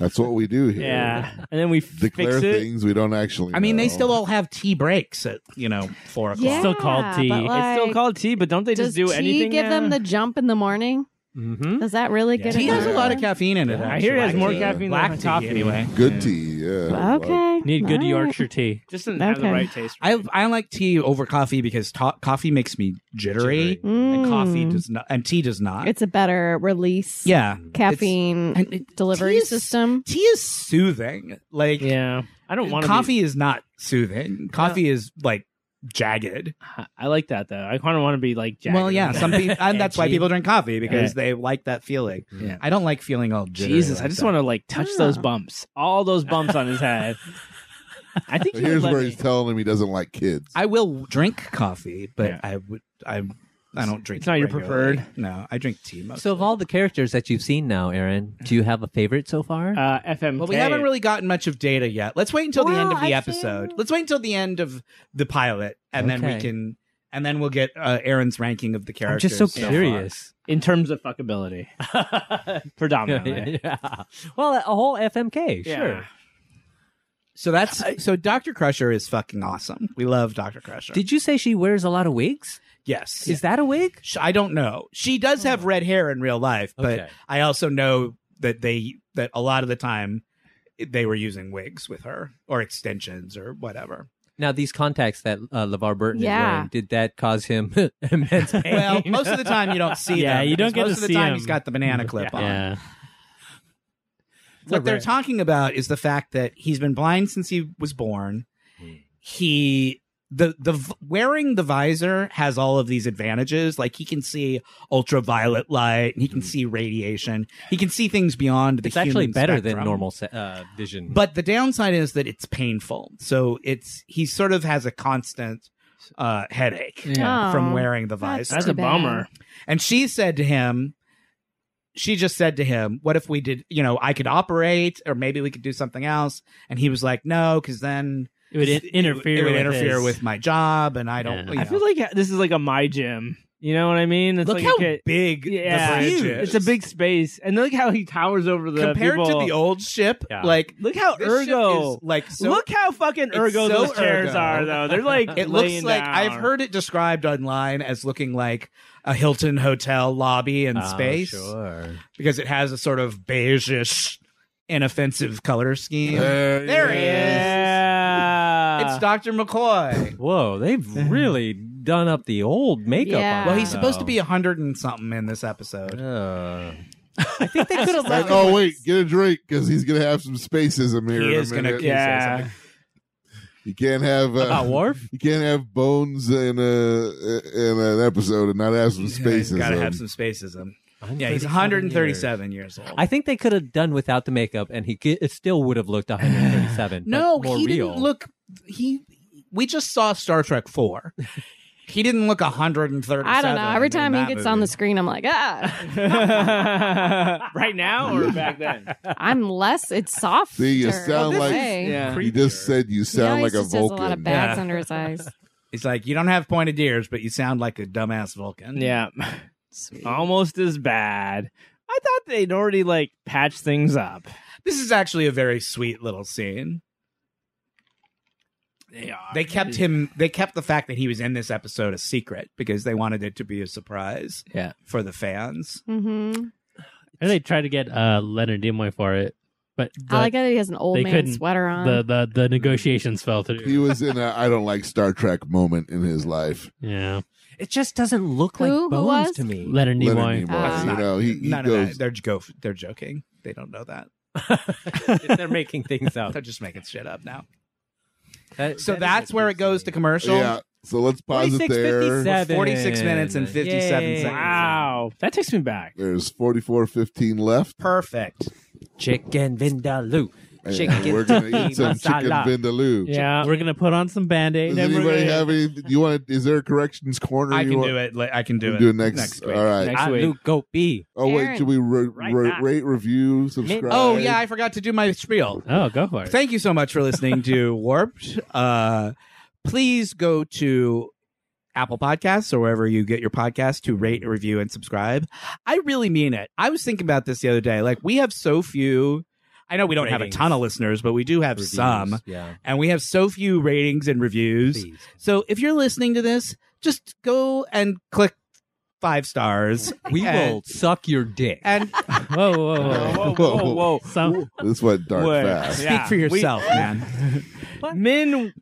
Speaker 1: That's what we do here.
Speaker 4: Yeah. And
Speaker 2: *laughs*
Speaker 4: then we
Speaker 1: Declare
Speaker 4: fix it.
Speaker 1: things we don't actually.
Speaker 2: I mean, they
Speaker 1: know.
Speaker 2: still all have tea breaks at you know four o'clock.
Speaker 5: Yeah,
Speaker 3: still called tea.
Speaker 5: but
Speaker 3: It's
Speaker 4: It's
Speaker 5: like,
Speaker 4: still called tea, but don't they
Speaker 5: does
Speaker 4: just do
Speaker 5: tea
Speaker 4: anything?
Speaker 5: give them
Speaker 4: now?
Speaker 5: the jump in the morning?
Speaker 6: Mm-hmm.
Speaker 5: Does that really get
Speaker 2: Tea
Speaker 5: it
Speaker 2: has a
Speaker 5: going?
Speaker 2: lot of caffeine in it.
Speaker 4: I hear it has
Speaker 2: actually.
Speaker 4: more
Speaker 1: Yeah.
Speaker 4: caffeine
Speaker 2: Black
Speaker 4: than
Speaker 2: tea,
Speaker 4: coffee.
Speaker 2: anyway.
Speaker 1: good tea. Yeah.
Speaker 5: Okay.
Speaker 3: Need good
Speaker 2: E
Speaker 5: All right.
Speaker 3: Yorkshire tea.
Speaker 4: Just doesn't have the
Speaker 5: Okay.
Speaker 4: right taste. for
Speaker 2: I
Speaker 4: it.
Speaker 2: I like tea over coffee because to- coffee makes me jittery, and
Speaker 5: Mm.
Speaker 2: coffee does not, and tea does not.
Speaker 5: It's a better release.
Speaker 2: yeah,
Speaker 5: Caffeine
Speaker 2: And it-
Speaker 5: delivery
Speaker 2: tea is-
Speaker 5: system.
Speaker 2: Tea is soothing. Like
Speaker 4: yeah. I don't want
Speaker 2: coffee is not soothing. Coffee is like jagged.
Speaker 4: Be, I like that though. I kind of want to be like. Jack
Speaker 2: Well,
Speaker 4: in
Speaker 2: yeah,
Speaker 4: the
Speaker 2: some
Speaker 4: Box. *laughs*
Speaker 2: people, and that's why
Speaker 4: Edgy.
Speaker 2: people drink coffee because
Speaker 4: Yeah.
Speaker 2: they like that feeling.
Speaker 4: Yeah.
Speaker 2: I don't like feeling all jittery
Speaker 4: Jesus,
Speaker 2: like
Speaker 4: I just
Speaker 2: that.
Speaker 4: want to like touch those
Speaker 5: Ah.
Speaker 4: bumps, all those bumps on his head. I think
Speaker 1: So
Speaker 4: he would
Speaker 1: here's
Speaker 4: let
Speaker 1: where
Speaker 4: me.
Speaker 1: he's telling him he doesn't like kids.
Speaker 2: I will drink coffee, but
Speaker 4: Yeah.
Speaker 2: I would I I don't drink.
Speaker 4: It's not your
Speaker 2: regularly.
Speaker 4: preferred.
Speaker 2: No, I drink tea most.
Speaker 6: So, of all the characters that you've seen now, Aaron, do you have a favorite so far?
Speaker 4: uh, FMK.
Speaker 2: well, we haven't really gotten much of data yet. Let's wait until the end of
Speaker 5: Well,
Speaker 2: the
Speaker 5: I
Speaker 2: episode.
Speaker 5: feel-
Speaker 2: Let's wait until the end of the pilot, and then we
Speaker 6: Okay.
Speaker 2: can, and then we'll get uh, Aaron's ranking of the
Speaker 6: I'm
Speaker 2: characters.
Speaker 6: just so
Speaker 2: far.
Speaker 6: curious.
Speaker 4: in terms of
Speaker 2: *laughs*
Speaker 4: fuckability,
Speaker 6: *laughs*
Speaker 4: predominantly.
Speaker 6: yeah. Well, a whole FMK,
Speaker 4: Yeah.
Speaker 6: sure.
Speaker 2: So that's so. Doctor Crusher is fucking awesome. We love Doctor Crusher.
Speaker 6: Did you say she wears a lot of wigs?
Speaker 2: yes.
Speaker 6: Is that a wig?
Speaker 2: Sh- I don't know. She does
Speaker 5: Oh.
Speaker 2: have red hair in real life, but
Speaker 6: Okay.
Speaker 2: I also know that they that a lot of the time they were using wigs with her or extensions or
Speaker 6: *laughs*
Speaker 2: whatever.
Speaker 6: Now, these contacts that uh, LeVar Burton is
Speaker 5: Yeah.
Speaker 6: wearing, did that cause him *laughs*
Speaker 2: *laughs*
Speaker 6: immense pain?
Speaker 2: Well, most of the time you don't see
Speaker 3: Yeah,
Speaker 2: them.
Speaker 3: you don't
Speaker 2: because
Speaker 3: get to
Speaker 2: most of the
Speaker 3: see
Speaker 2: time
Speaker 3: them.
Speaker 2: he's got the banana clip on.
Speaker 6: yeah.
Speaker 2: What they're
Speaker 3: rare.
Speaker 2: talking about is the fact that he's been blind since he was born. He the the v- wearing the visor has all of these advantages. Like he can see ultraviolet light, and he can see radiation. He can see things beyond the
Speaker 6: It's actually
Speaker 2: human
Speaker 6: better than
Speaker 2: spectrum.
Speaker 6: normal se- uh, vision.
Speaker 2: But the downside is that it's painful. So it's he sort of has a constant uh, headache
Speaker 5: Yeah.
Speaker 2: from
Speaker 5: *laughs* Aw,
Speaker 2: wearing the
Speaker 5: that's
Speaker 2: visor.
Speaker 4: That's
Speaker 5: Too
Speaker 4: a
Speaker 5: bad.
Speaker 4: bummer.
Speaker 2: And she said to him, she just said to him, "What if we did? You know, I could operate, or maybe we could do something else." And he was like, "No, because then
Speaker 3: It would in- interfere.
Speaker 2: It would
Speaker 3: with
Speaker 2: interfere
Speaker 3: his-
Speaker 2: with my job, and I don't."
Speaker 3: Yeah.
Speaker 2: you
Speaker 4: I feel
Speaker 2: know.
Speaker 4: like this is like a my gym. You know what I mean? It's
Speaker 2: look
Speaker 4: like
Speaker 2: how
Speaker 4: a,
Speaker 2: big
Speaker 4: yeah,
Speaker 2: the
Speaker 4: it's,
Speaker 2: bridge is.
Speaker 4: huge. It's a big space, and look how he towers over the
Speaker 2: compared
Speaker 4: people.
Speaker 2: to the old ship.
Speaker 6: Yeah.
Speaker 2: Like
Speaker 4: Look how
Speaker 2: this
Speaker 4: ergo.
Speaker 2: ship is like so
Speaker 4: look how fucking
Speaker 2: it's so
Speaker 4: ergo those chairs
Speaker 2: ergo.
Speaker 4: are, though. They're like
Speaker 2: *laughs* It
Speaker 4: laying
Speaker 2: looks like
Speaker 4: down.
Speaker 2: I've heard it described online as looking like a Hilton hotel lobby in
Speaker 6: Oh,
Speaker 2: space
Speaker 6: Sure.
Speaker 2: because it has a sort of beigeish, inoffensive color scheme.
Speaker 1: There,
Speaker 2: there he is.
Speaker 4: Yeah,
Speaker 2: It's Dr. McCoy.
Speaker 6: Whoa, they've really done up the old makeup.
Speaker 5: Yeah.
Speaker 6: on
Speaker 2: Mm-hmm. well, he's
Speaker 6: them,
Speaker 2: supposed to be
Speaker 6: though.
Speaker 2: a hundred and something in this episode.
Speaker 6: Uh,
Speaker 2: They could *laughs* have
Speaker 1: And, oh wait, get a drink because he's gonna have some spacism here.
Speaker 2: He
Speaker 1: in a
Speaker 2: is gonna
Speaker 1: minute.
Speaker 2: kill-
Speaker 4: yeah.
Speaker 1: You can't have
Speaker 6: about
Speaker 1: uh,
Speaker 6: Worf?
Speaker 1: you can't have bones in a in an episode and not have some spacism.
Speaker 2: *laughs* Gotta have some spacism.
Speaker 6: I'm
Speaker 2: Yeah, he's *laughs*
Speaker 6: 37 years.
Speaker 2: 137 years, old.
Speaker 6: I think they could have done without the makeup, and he ge- it still would have looked 137. but
Speaker 2: *sighs* no,
Speaker 6: more
Speaker 2: he
Speaker 6: real.
Speaker 2: didn't look. He we just saw Star Trek Four. He didn't look 137.
Speaker 5: I don't know. Every
Speaker 2: in
Speaker 5: time he
Speaker 2: that
Speaker 5: gets
Speaker 2: movie.
Speaker 5: on the screen, I'm like, ah,
Speaker 4: *laughs* right now or back
Speaker 2: *laughs*
Speaker 4: then?
Speaker 5: I'm less. It's soft.
Speaker 1: See, you sound like-
Speaker 4: Yeah.
Speaker 1: You just said you sound like a
Speaker 5: just Has a lot
Speaker 1: Vulcan.
Speaker 5: of bags
Speaker 2: Yeah.
Speaker 5: under
Speaker 2: *laughs*
Speaker 5: his eyes.
Speaker 2: he's like, you don't have pointed ears, but you sound like a dumbass Vulcan.
Speaker 4: Yeah.
Speaker 2: Oh.
Speaker 4: Almost as bad. I thought they'd already like patch things up.
Speaker 2: This is actually a very sweet little scene.
Speaker 4: They are.
Speaker 2: They kept him. They kept the fact that he was in this episode a secret because they wanted it to be a surprise.
Speaker 4: Yeah.
Speaker 2: for the fans.
Speaker 5: Mm-hmm.
Speaker 3: And they tried to get uh, Leonard Nimoy for it, but the,
Speaker 5: I like that he has an old
Speaker 3: they
Speaker 5: man
Speaker 3: couldn't-
Speaker 5: sweater on.
Speaker 3: the, the the negotiations fell through.
Speaker 1: He was in a I don't like Star Trek moment in his life.
Speaker 3: Yeah,
Speaker 6: It just doesn't look
Speaker 5: Who? Who
Speaker 6: like bones
Speaker 5: was?
Speaker 2: *laughs*
Speaker 6: to me.
Speaker 3: Leonard
Speaker 1: Leonard
Speaker 3: Nimoy.
Speaker 1: Nimoy,
Speaker 5: Ah.
Speaker 1: you know, he, he
Speaker 2: no, no, no.
Speaker 1: goes.
Speaker 2: They're jo- they're joking. They don't know that.
Speaker 6: They're making things up. *laughs*
Speaker 2: They're just making shit up now.
Speaker 6: That-
Speaker 2: So
Speaker 6: that is
Speaker 2: that's where it
Speaker 6: confusing
Speaker 2: goes
Speaker 6: me.
Speaker 2: to commercial.
Speaker 1: yeah. So let's pause it there.
Speaker 6: 56.57.
Speaker 2: 46 minutes and 57
Speaker 6: Yay.
Speaker 2: seconds.
Speaker 4: Wow. That takes me back.
Speaker 1: There's 44.15 left.
Speaker 2: Perfect.
Speaker 6: Chicken Vindaloo.
Speaker 1: and
Speaker 6: Chicken
Speaker 1: we're gonna
Speaker 2: *laughs*
Speaker 1: eat some chicken
Speaker 6: masala.
Speaker 1: vindaloo.
Speaker 4: Yeah.
Speaker 3: We're gonna put on some band
Speaker 1: Does
Speaker 3: aid.
Speaker 1: anybody have any? You want? Is there a corrections corner?
Speaker 2: I
Speaker 1: you
Speaker 2: can
Speaker 1: want,
Speaker 2: do it. Like, I can do
Speaker 1: we
Speaker 2: it.
Speaker 1: do next.
Speaker 2: week.
Speaker 1: All right.
Speaker 4: Next week.
Speaker 6: Aloo Gopi.
Speaker 1: Oh wait,
Speaker 5: Aaron.
Speaker 1: should we re-
Speaker 4: Right
Speaker 1: re-
Speaker 4: back.
Speaker 1: rate, review, subscribe?
Speaker 2: Oh yeah, I forgot to do my spiel.
Speaker 3: Oh, go for it.
Speaker 2: Thank you so much for listening to Warped. Uh, please go to Apple Podcasts or wherever you get your podcast to rate, review, and subscribe. I really mean it. I was thinking about this the other day. Like we have so few. I know we don't have a
Speaker 6: Ratings.
Speaker 2: ton of listeners, but we do have
Speaker 6: Reviews.
Speaker 2: some,
Speaker 6: *laughs* Yeah.
Speaker 2: and we have so few ratings and reviews.
Speaker 6: Please.
Speaker 2: So if you're listening to this, just go and click five stars.
Speaker 6: We
Speaker 2: And-
Speaker 6: will suck your dick.
Speaker 2: and
Speaker 3: Whoa, whoa, whoa.
Speaker 4: Whoa, whoa, whoa.
Speaker 3: Some,
Speaker 1: This went dark
Speaker 4: Wait.
Speaker 1: fast.
Speaker 2: speak
Speaker 4: Yeah,
Speaker 2: for
Speaker 4: we-
Speaker 2: yourself, man.
Speaker 4: Men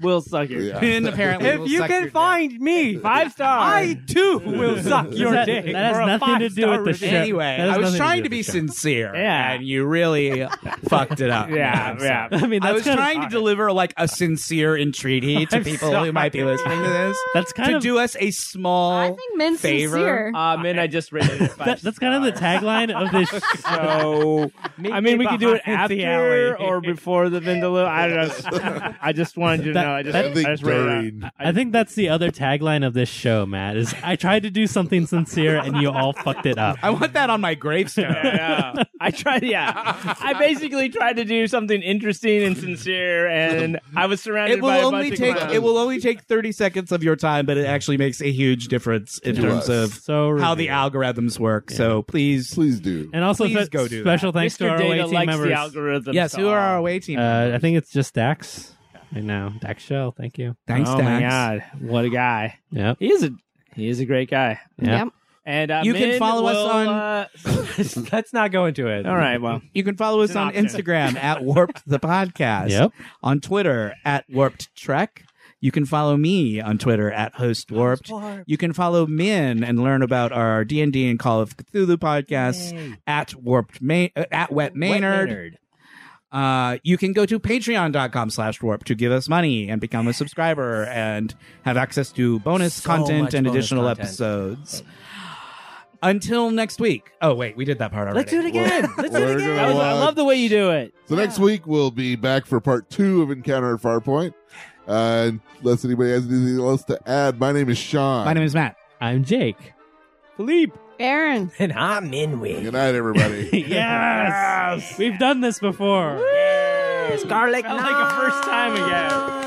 Speaker 4: will suck your
Speaker 1: Yeah.
Speaker 2: Pin apparently. will suck your dick.
Speaker 6: me,
Speaker 4: Five stars.
Speaker 6: too
Speaker 4: Mm-hmm.
Speaker 1: will suck
Speaker 3: your That- dick that has for a nothing to do five-star with the review. show.
Speaker 2: Anyway,
Speaker 3: That has
Speaker 2: I was
Speaker 3: nothing to
Speaker 2: trying
Speaker 3: do
Speaker 2: to
Speaker 3: with
Speaker 2: be
Speaker 3: the show.
Speaker 2: sincere.
Speaker 4: Yeah.
Speaker 2: And you
Speaker 4: *laughs*
Speaker 2: really fucked it up.
Speaker 4: *laughs* yeah,
Speaker 2: man.
Speaker 4: yeah.
Speaker 3: I mean, that's
Speaker 2: I was
Speaker 3: kind
Speaker 2: trying
Speaker 3: of,
Speaker 2: to deliver like a sincere
Speaker 4: *laughs*
Speaker 2: entreaty to
Speaker 4: I'm
Speaker 2: people
Speaker 4: sorry.
Speaker 2: who might be listening to this
Speaker 3: That's kind
Speaker 2: to
Speaker 3: of
Speaker 2: do us a
Speaker 5: I
Speaker 2: small
Speaker 5: think men's
Speaker 2: favor.
Speaker 5: sincere.
Speaker 4: Uh, men, I just
Speaker 3: *laughs*
Speaker 4: rated it five
Speaker 3: that, that's kind of the
Speaker 4: stars.
Speaker 3: tagline
Speaker 2: *laughs*
Speaker 3: of this. sh-
Speaker 4: So I mean, we could do it
Speaker 3: behind the
Speaker 4: after
Speaker 3: alley.
Speaker 4: or before
Speaker 3: *laughs*
Speaker 4: the Vindaloo. I don't know. I just wanted you to
Speaker 3: That-
Speaker 4: know. I just,
Speaker 1: I
Speaker 4: I
Speaker 1: think
Speaker 4: just rated it.
Speaker 1: during-
Speaker 3: I think that's the other tagline of this show, Matt. Is I tried to do something sincere and you all fucked it up.
Speaker 2: I want that on my gravestone.
Speaker 4: Yeah, yeah. I tried. Yeah, I basically tried to do something interesting and sincere, and I was surrounded
Speaker 2: It will
Speaker 4: by a
Speaker 2: only
Speaker 4: bunch
Speaker 2: take
Speaker 4: of clowns.
Speaker 2: it will only take thirty seconds of your time, but it actually makes a huge difference in
Speaker 1: To us.
Speaker 2: terms of
Speaker 3: So
Speaker 2: how the
Speaker 3: revealing.
Speaker 2: algorithms work. So please,
Speaker 1: Please do.
Speaker 3: and also
Speaker 2: please
Speaker 3: fe-
Speaker 2: go do
Speaker 3: special thanks
Speaker 4: Mr.
Speaker 3: to our
Speaker 4: Data
Speaker 3: away team
Speaker 4: likes
Speaker 3: members.
Speaker 4: the algorithm.
Speaker 2: yes, who are our away team?
Speaker 3: Uh, I think it's just Dax right now. Dax Shell, thank you.
Speaker 2: Thanks,
Speaker 4: oh
Speaker 2: Dax.
Speaker 4: my god, what a guy!
Speaker 3: Yep.
Speaker 4: He is a he is a great guy.
Speaker 3: Yeah.
Speaker 5: Yep.
Speaker 4: And uh,
Speaker 2: You can
Speaker 4: men
Speaker 2: follow us
Speaker 4: will,
Speaker 2: on-
Speaker 4: uh,
Speaker 6: *laughs* Let's not go into it.
Speaker 4: all right, well,
Speaker 2: You can follow us
Speaker 4: It's an
Speaker 2: on
Speaker 4: option.
Speaker 2: Instagram at Warped the Podcast.
Speaker 3: Yep.
Speaker 2: On Twitter at Warped Trek. You can follow me on Twitter at Host Warped. You can follow Min and learn about our D and D and Call of Cthulhu podcasts at Warped Ma- uh, at Wet Maynard. Uh, you can go to patreon.com slash warp to give us money and become a subscriber and have access to bonus
Speaker 6: So
Speaker 2: content
Speaker 6: much
Speaker 2: and
Speaker 6: bonus
Speaker 2: additional
Speaker 6: content.
Speaker 2: episodes. Until next week. Oh, wait, we did that part already.
Speaker 6: Let's do it again. Let's do
Speaker 1: We're
Speaker 6: it again.
Speaker 1: gonna
Speaker 4: *laughs* that was, I
Speaker 1: watch-
Speaker 4: love the way you do it.
Speaker 1: So next week we'll be back for part two of Encounter at Farpoint. Uh, unless anybody has anything else to add, my name is Sean.
Speaker 2: My name is Matt.
Speaker 3: I'm Jake.
Speaker 4: Philippe.
Speaker 5: Aaron.
Speaker 6: *laughs* And I'm in
Speaker 1: Good
Speaker 6: with
Speaker 1: night, everybody.
Speaker 3: *laughs* yes! We've done this before.
Speaker 6: Scarlet.
Speaker 4: Felt like a first time again.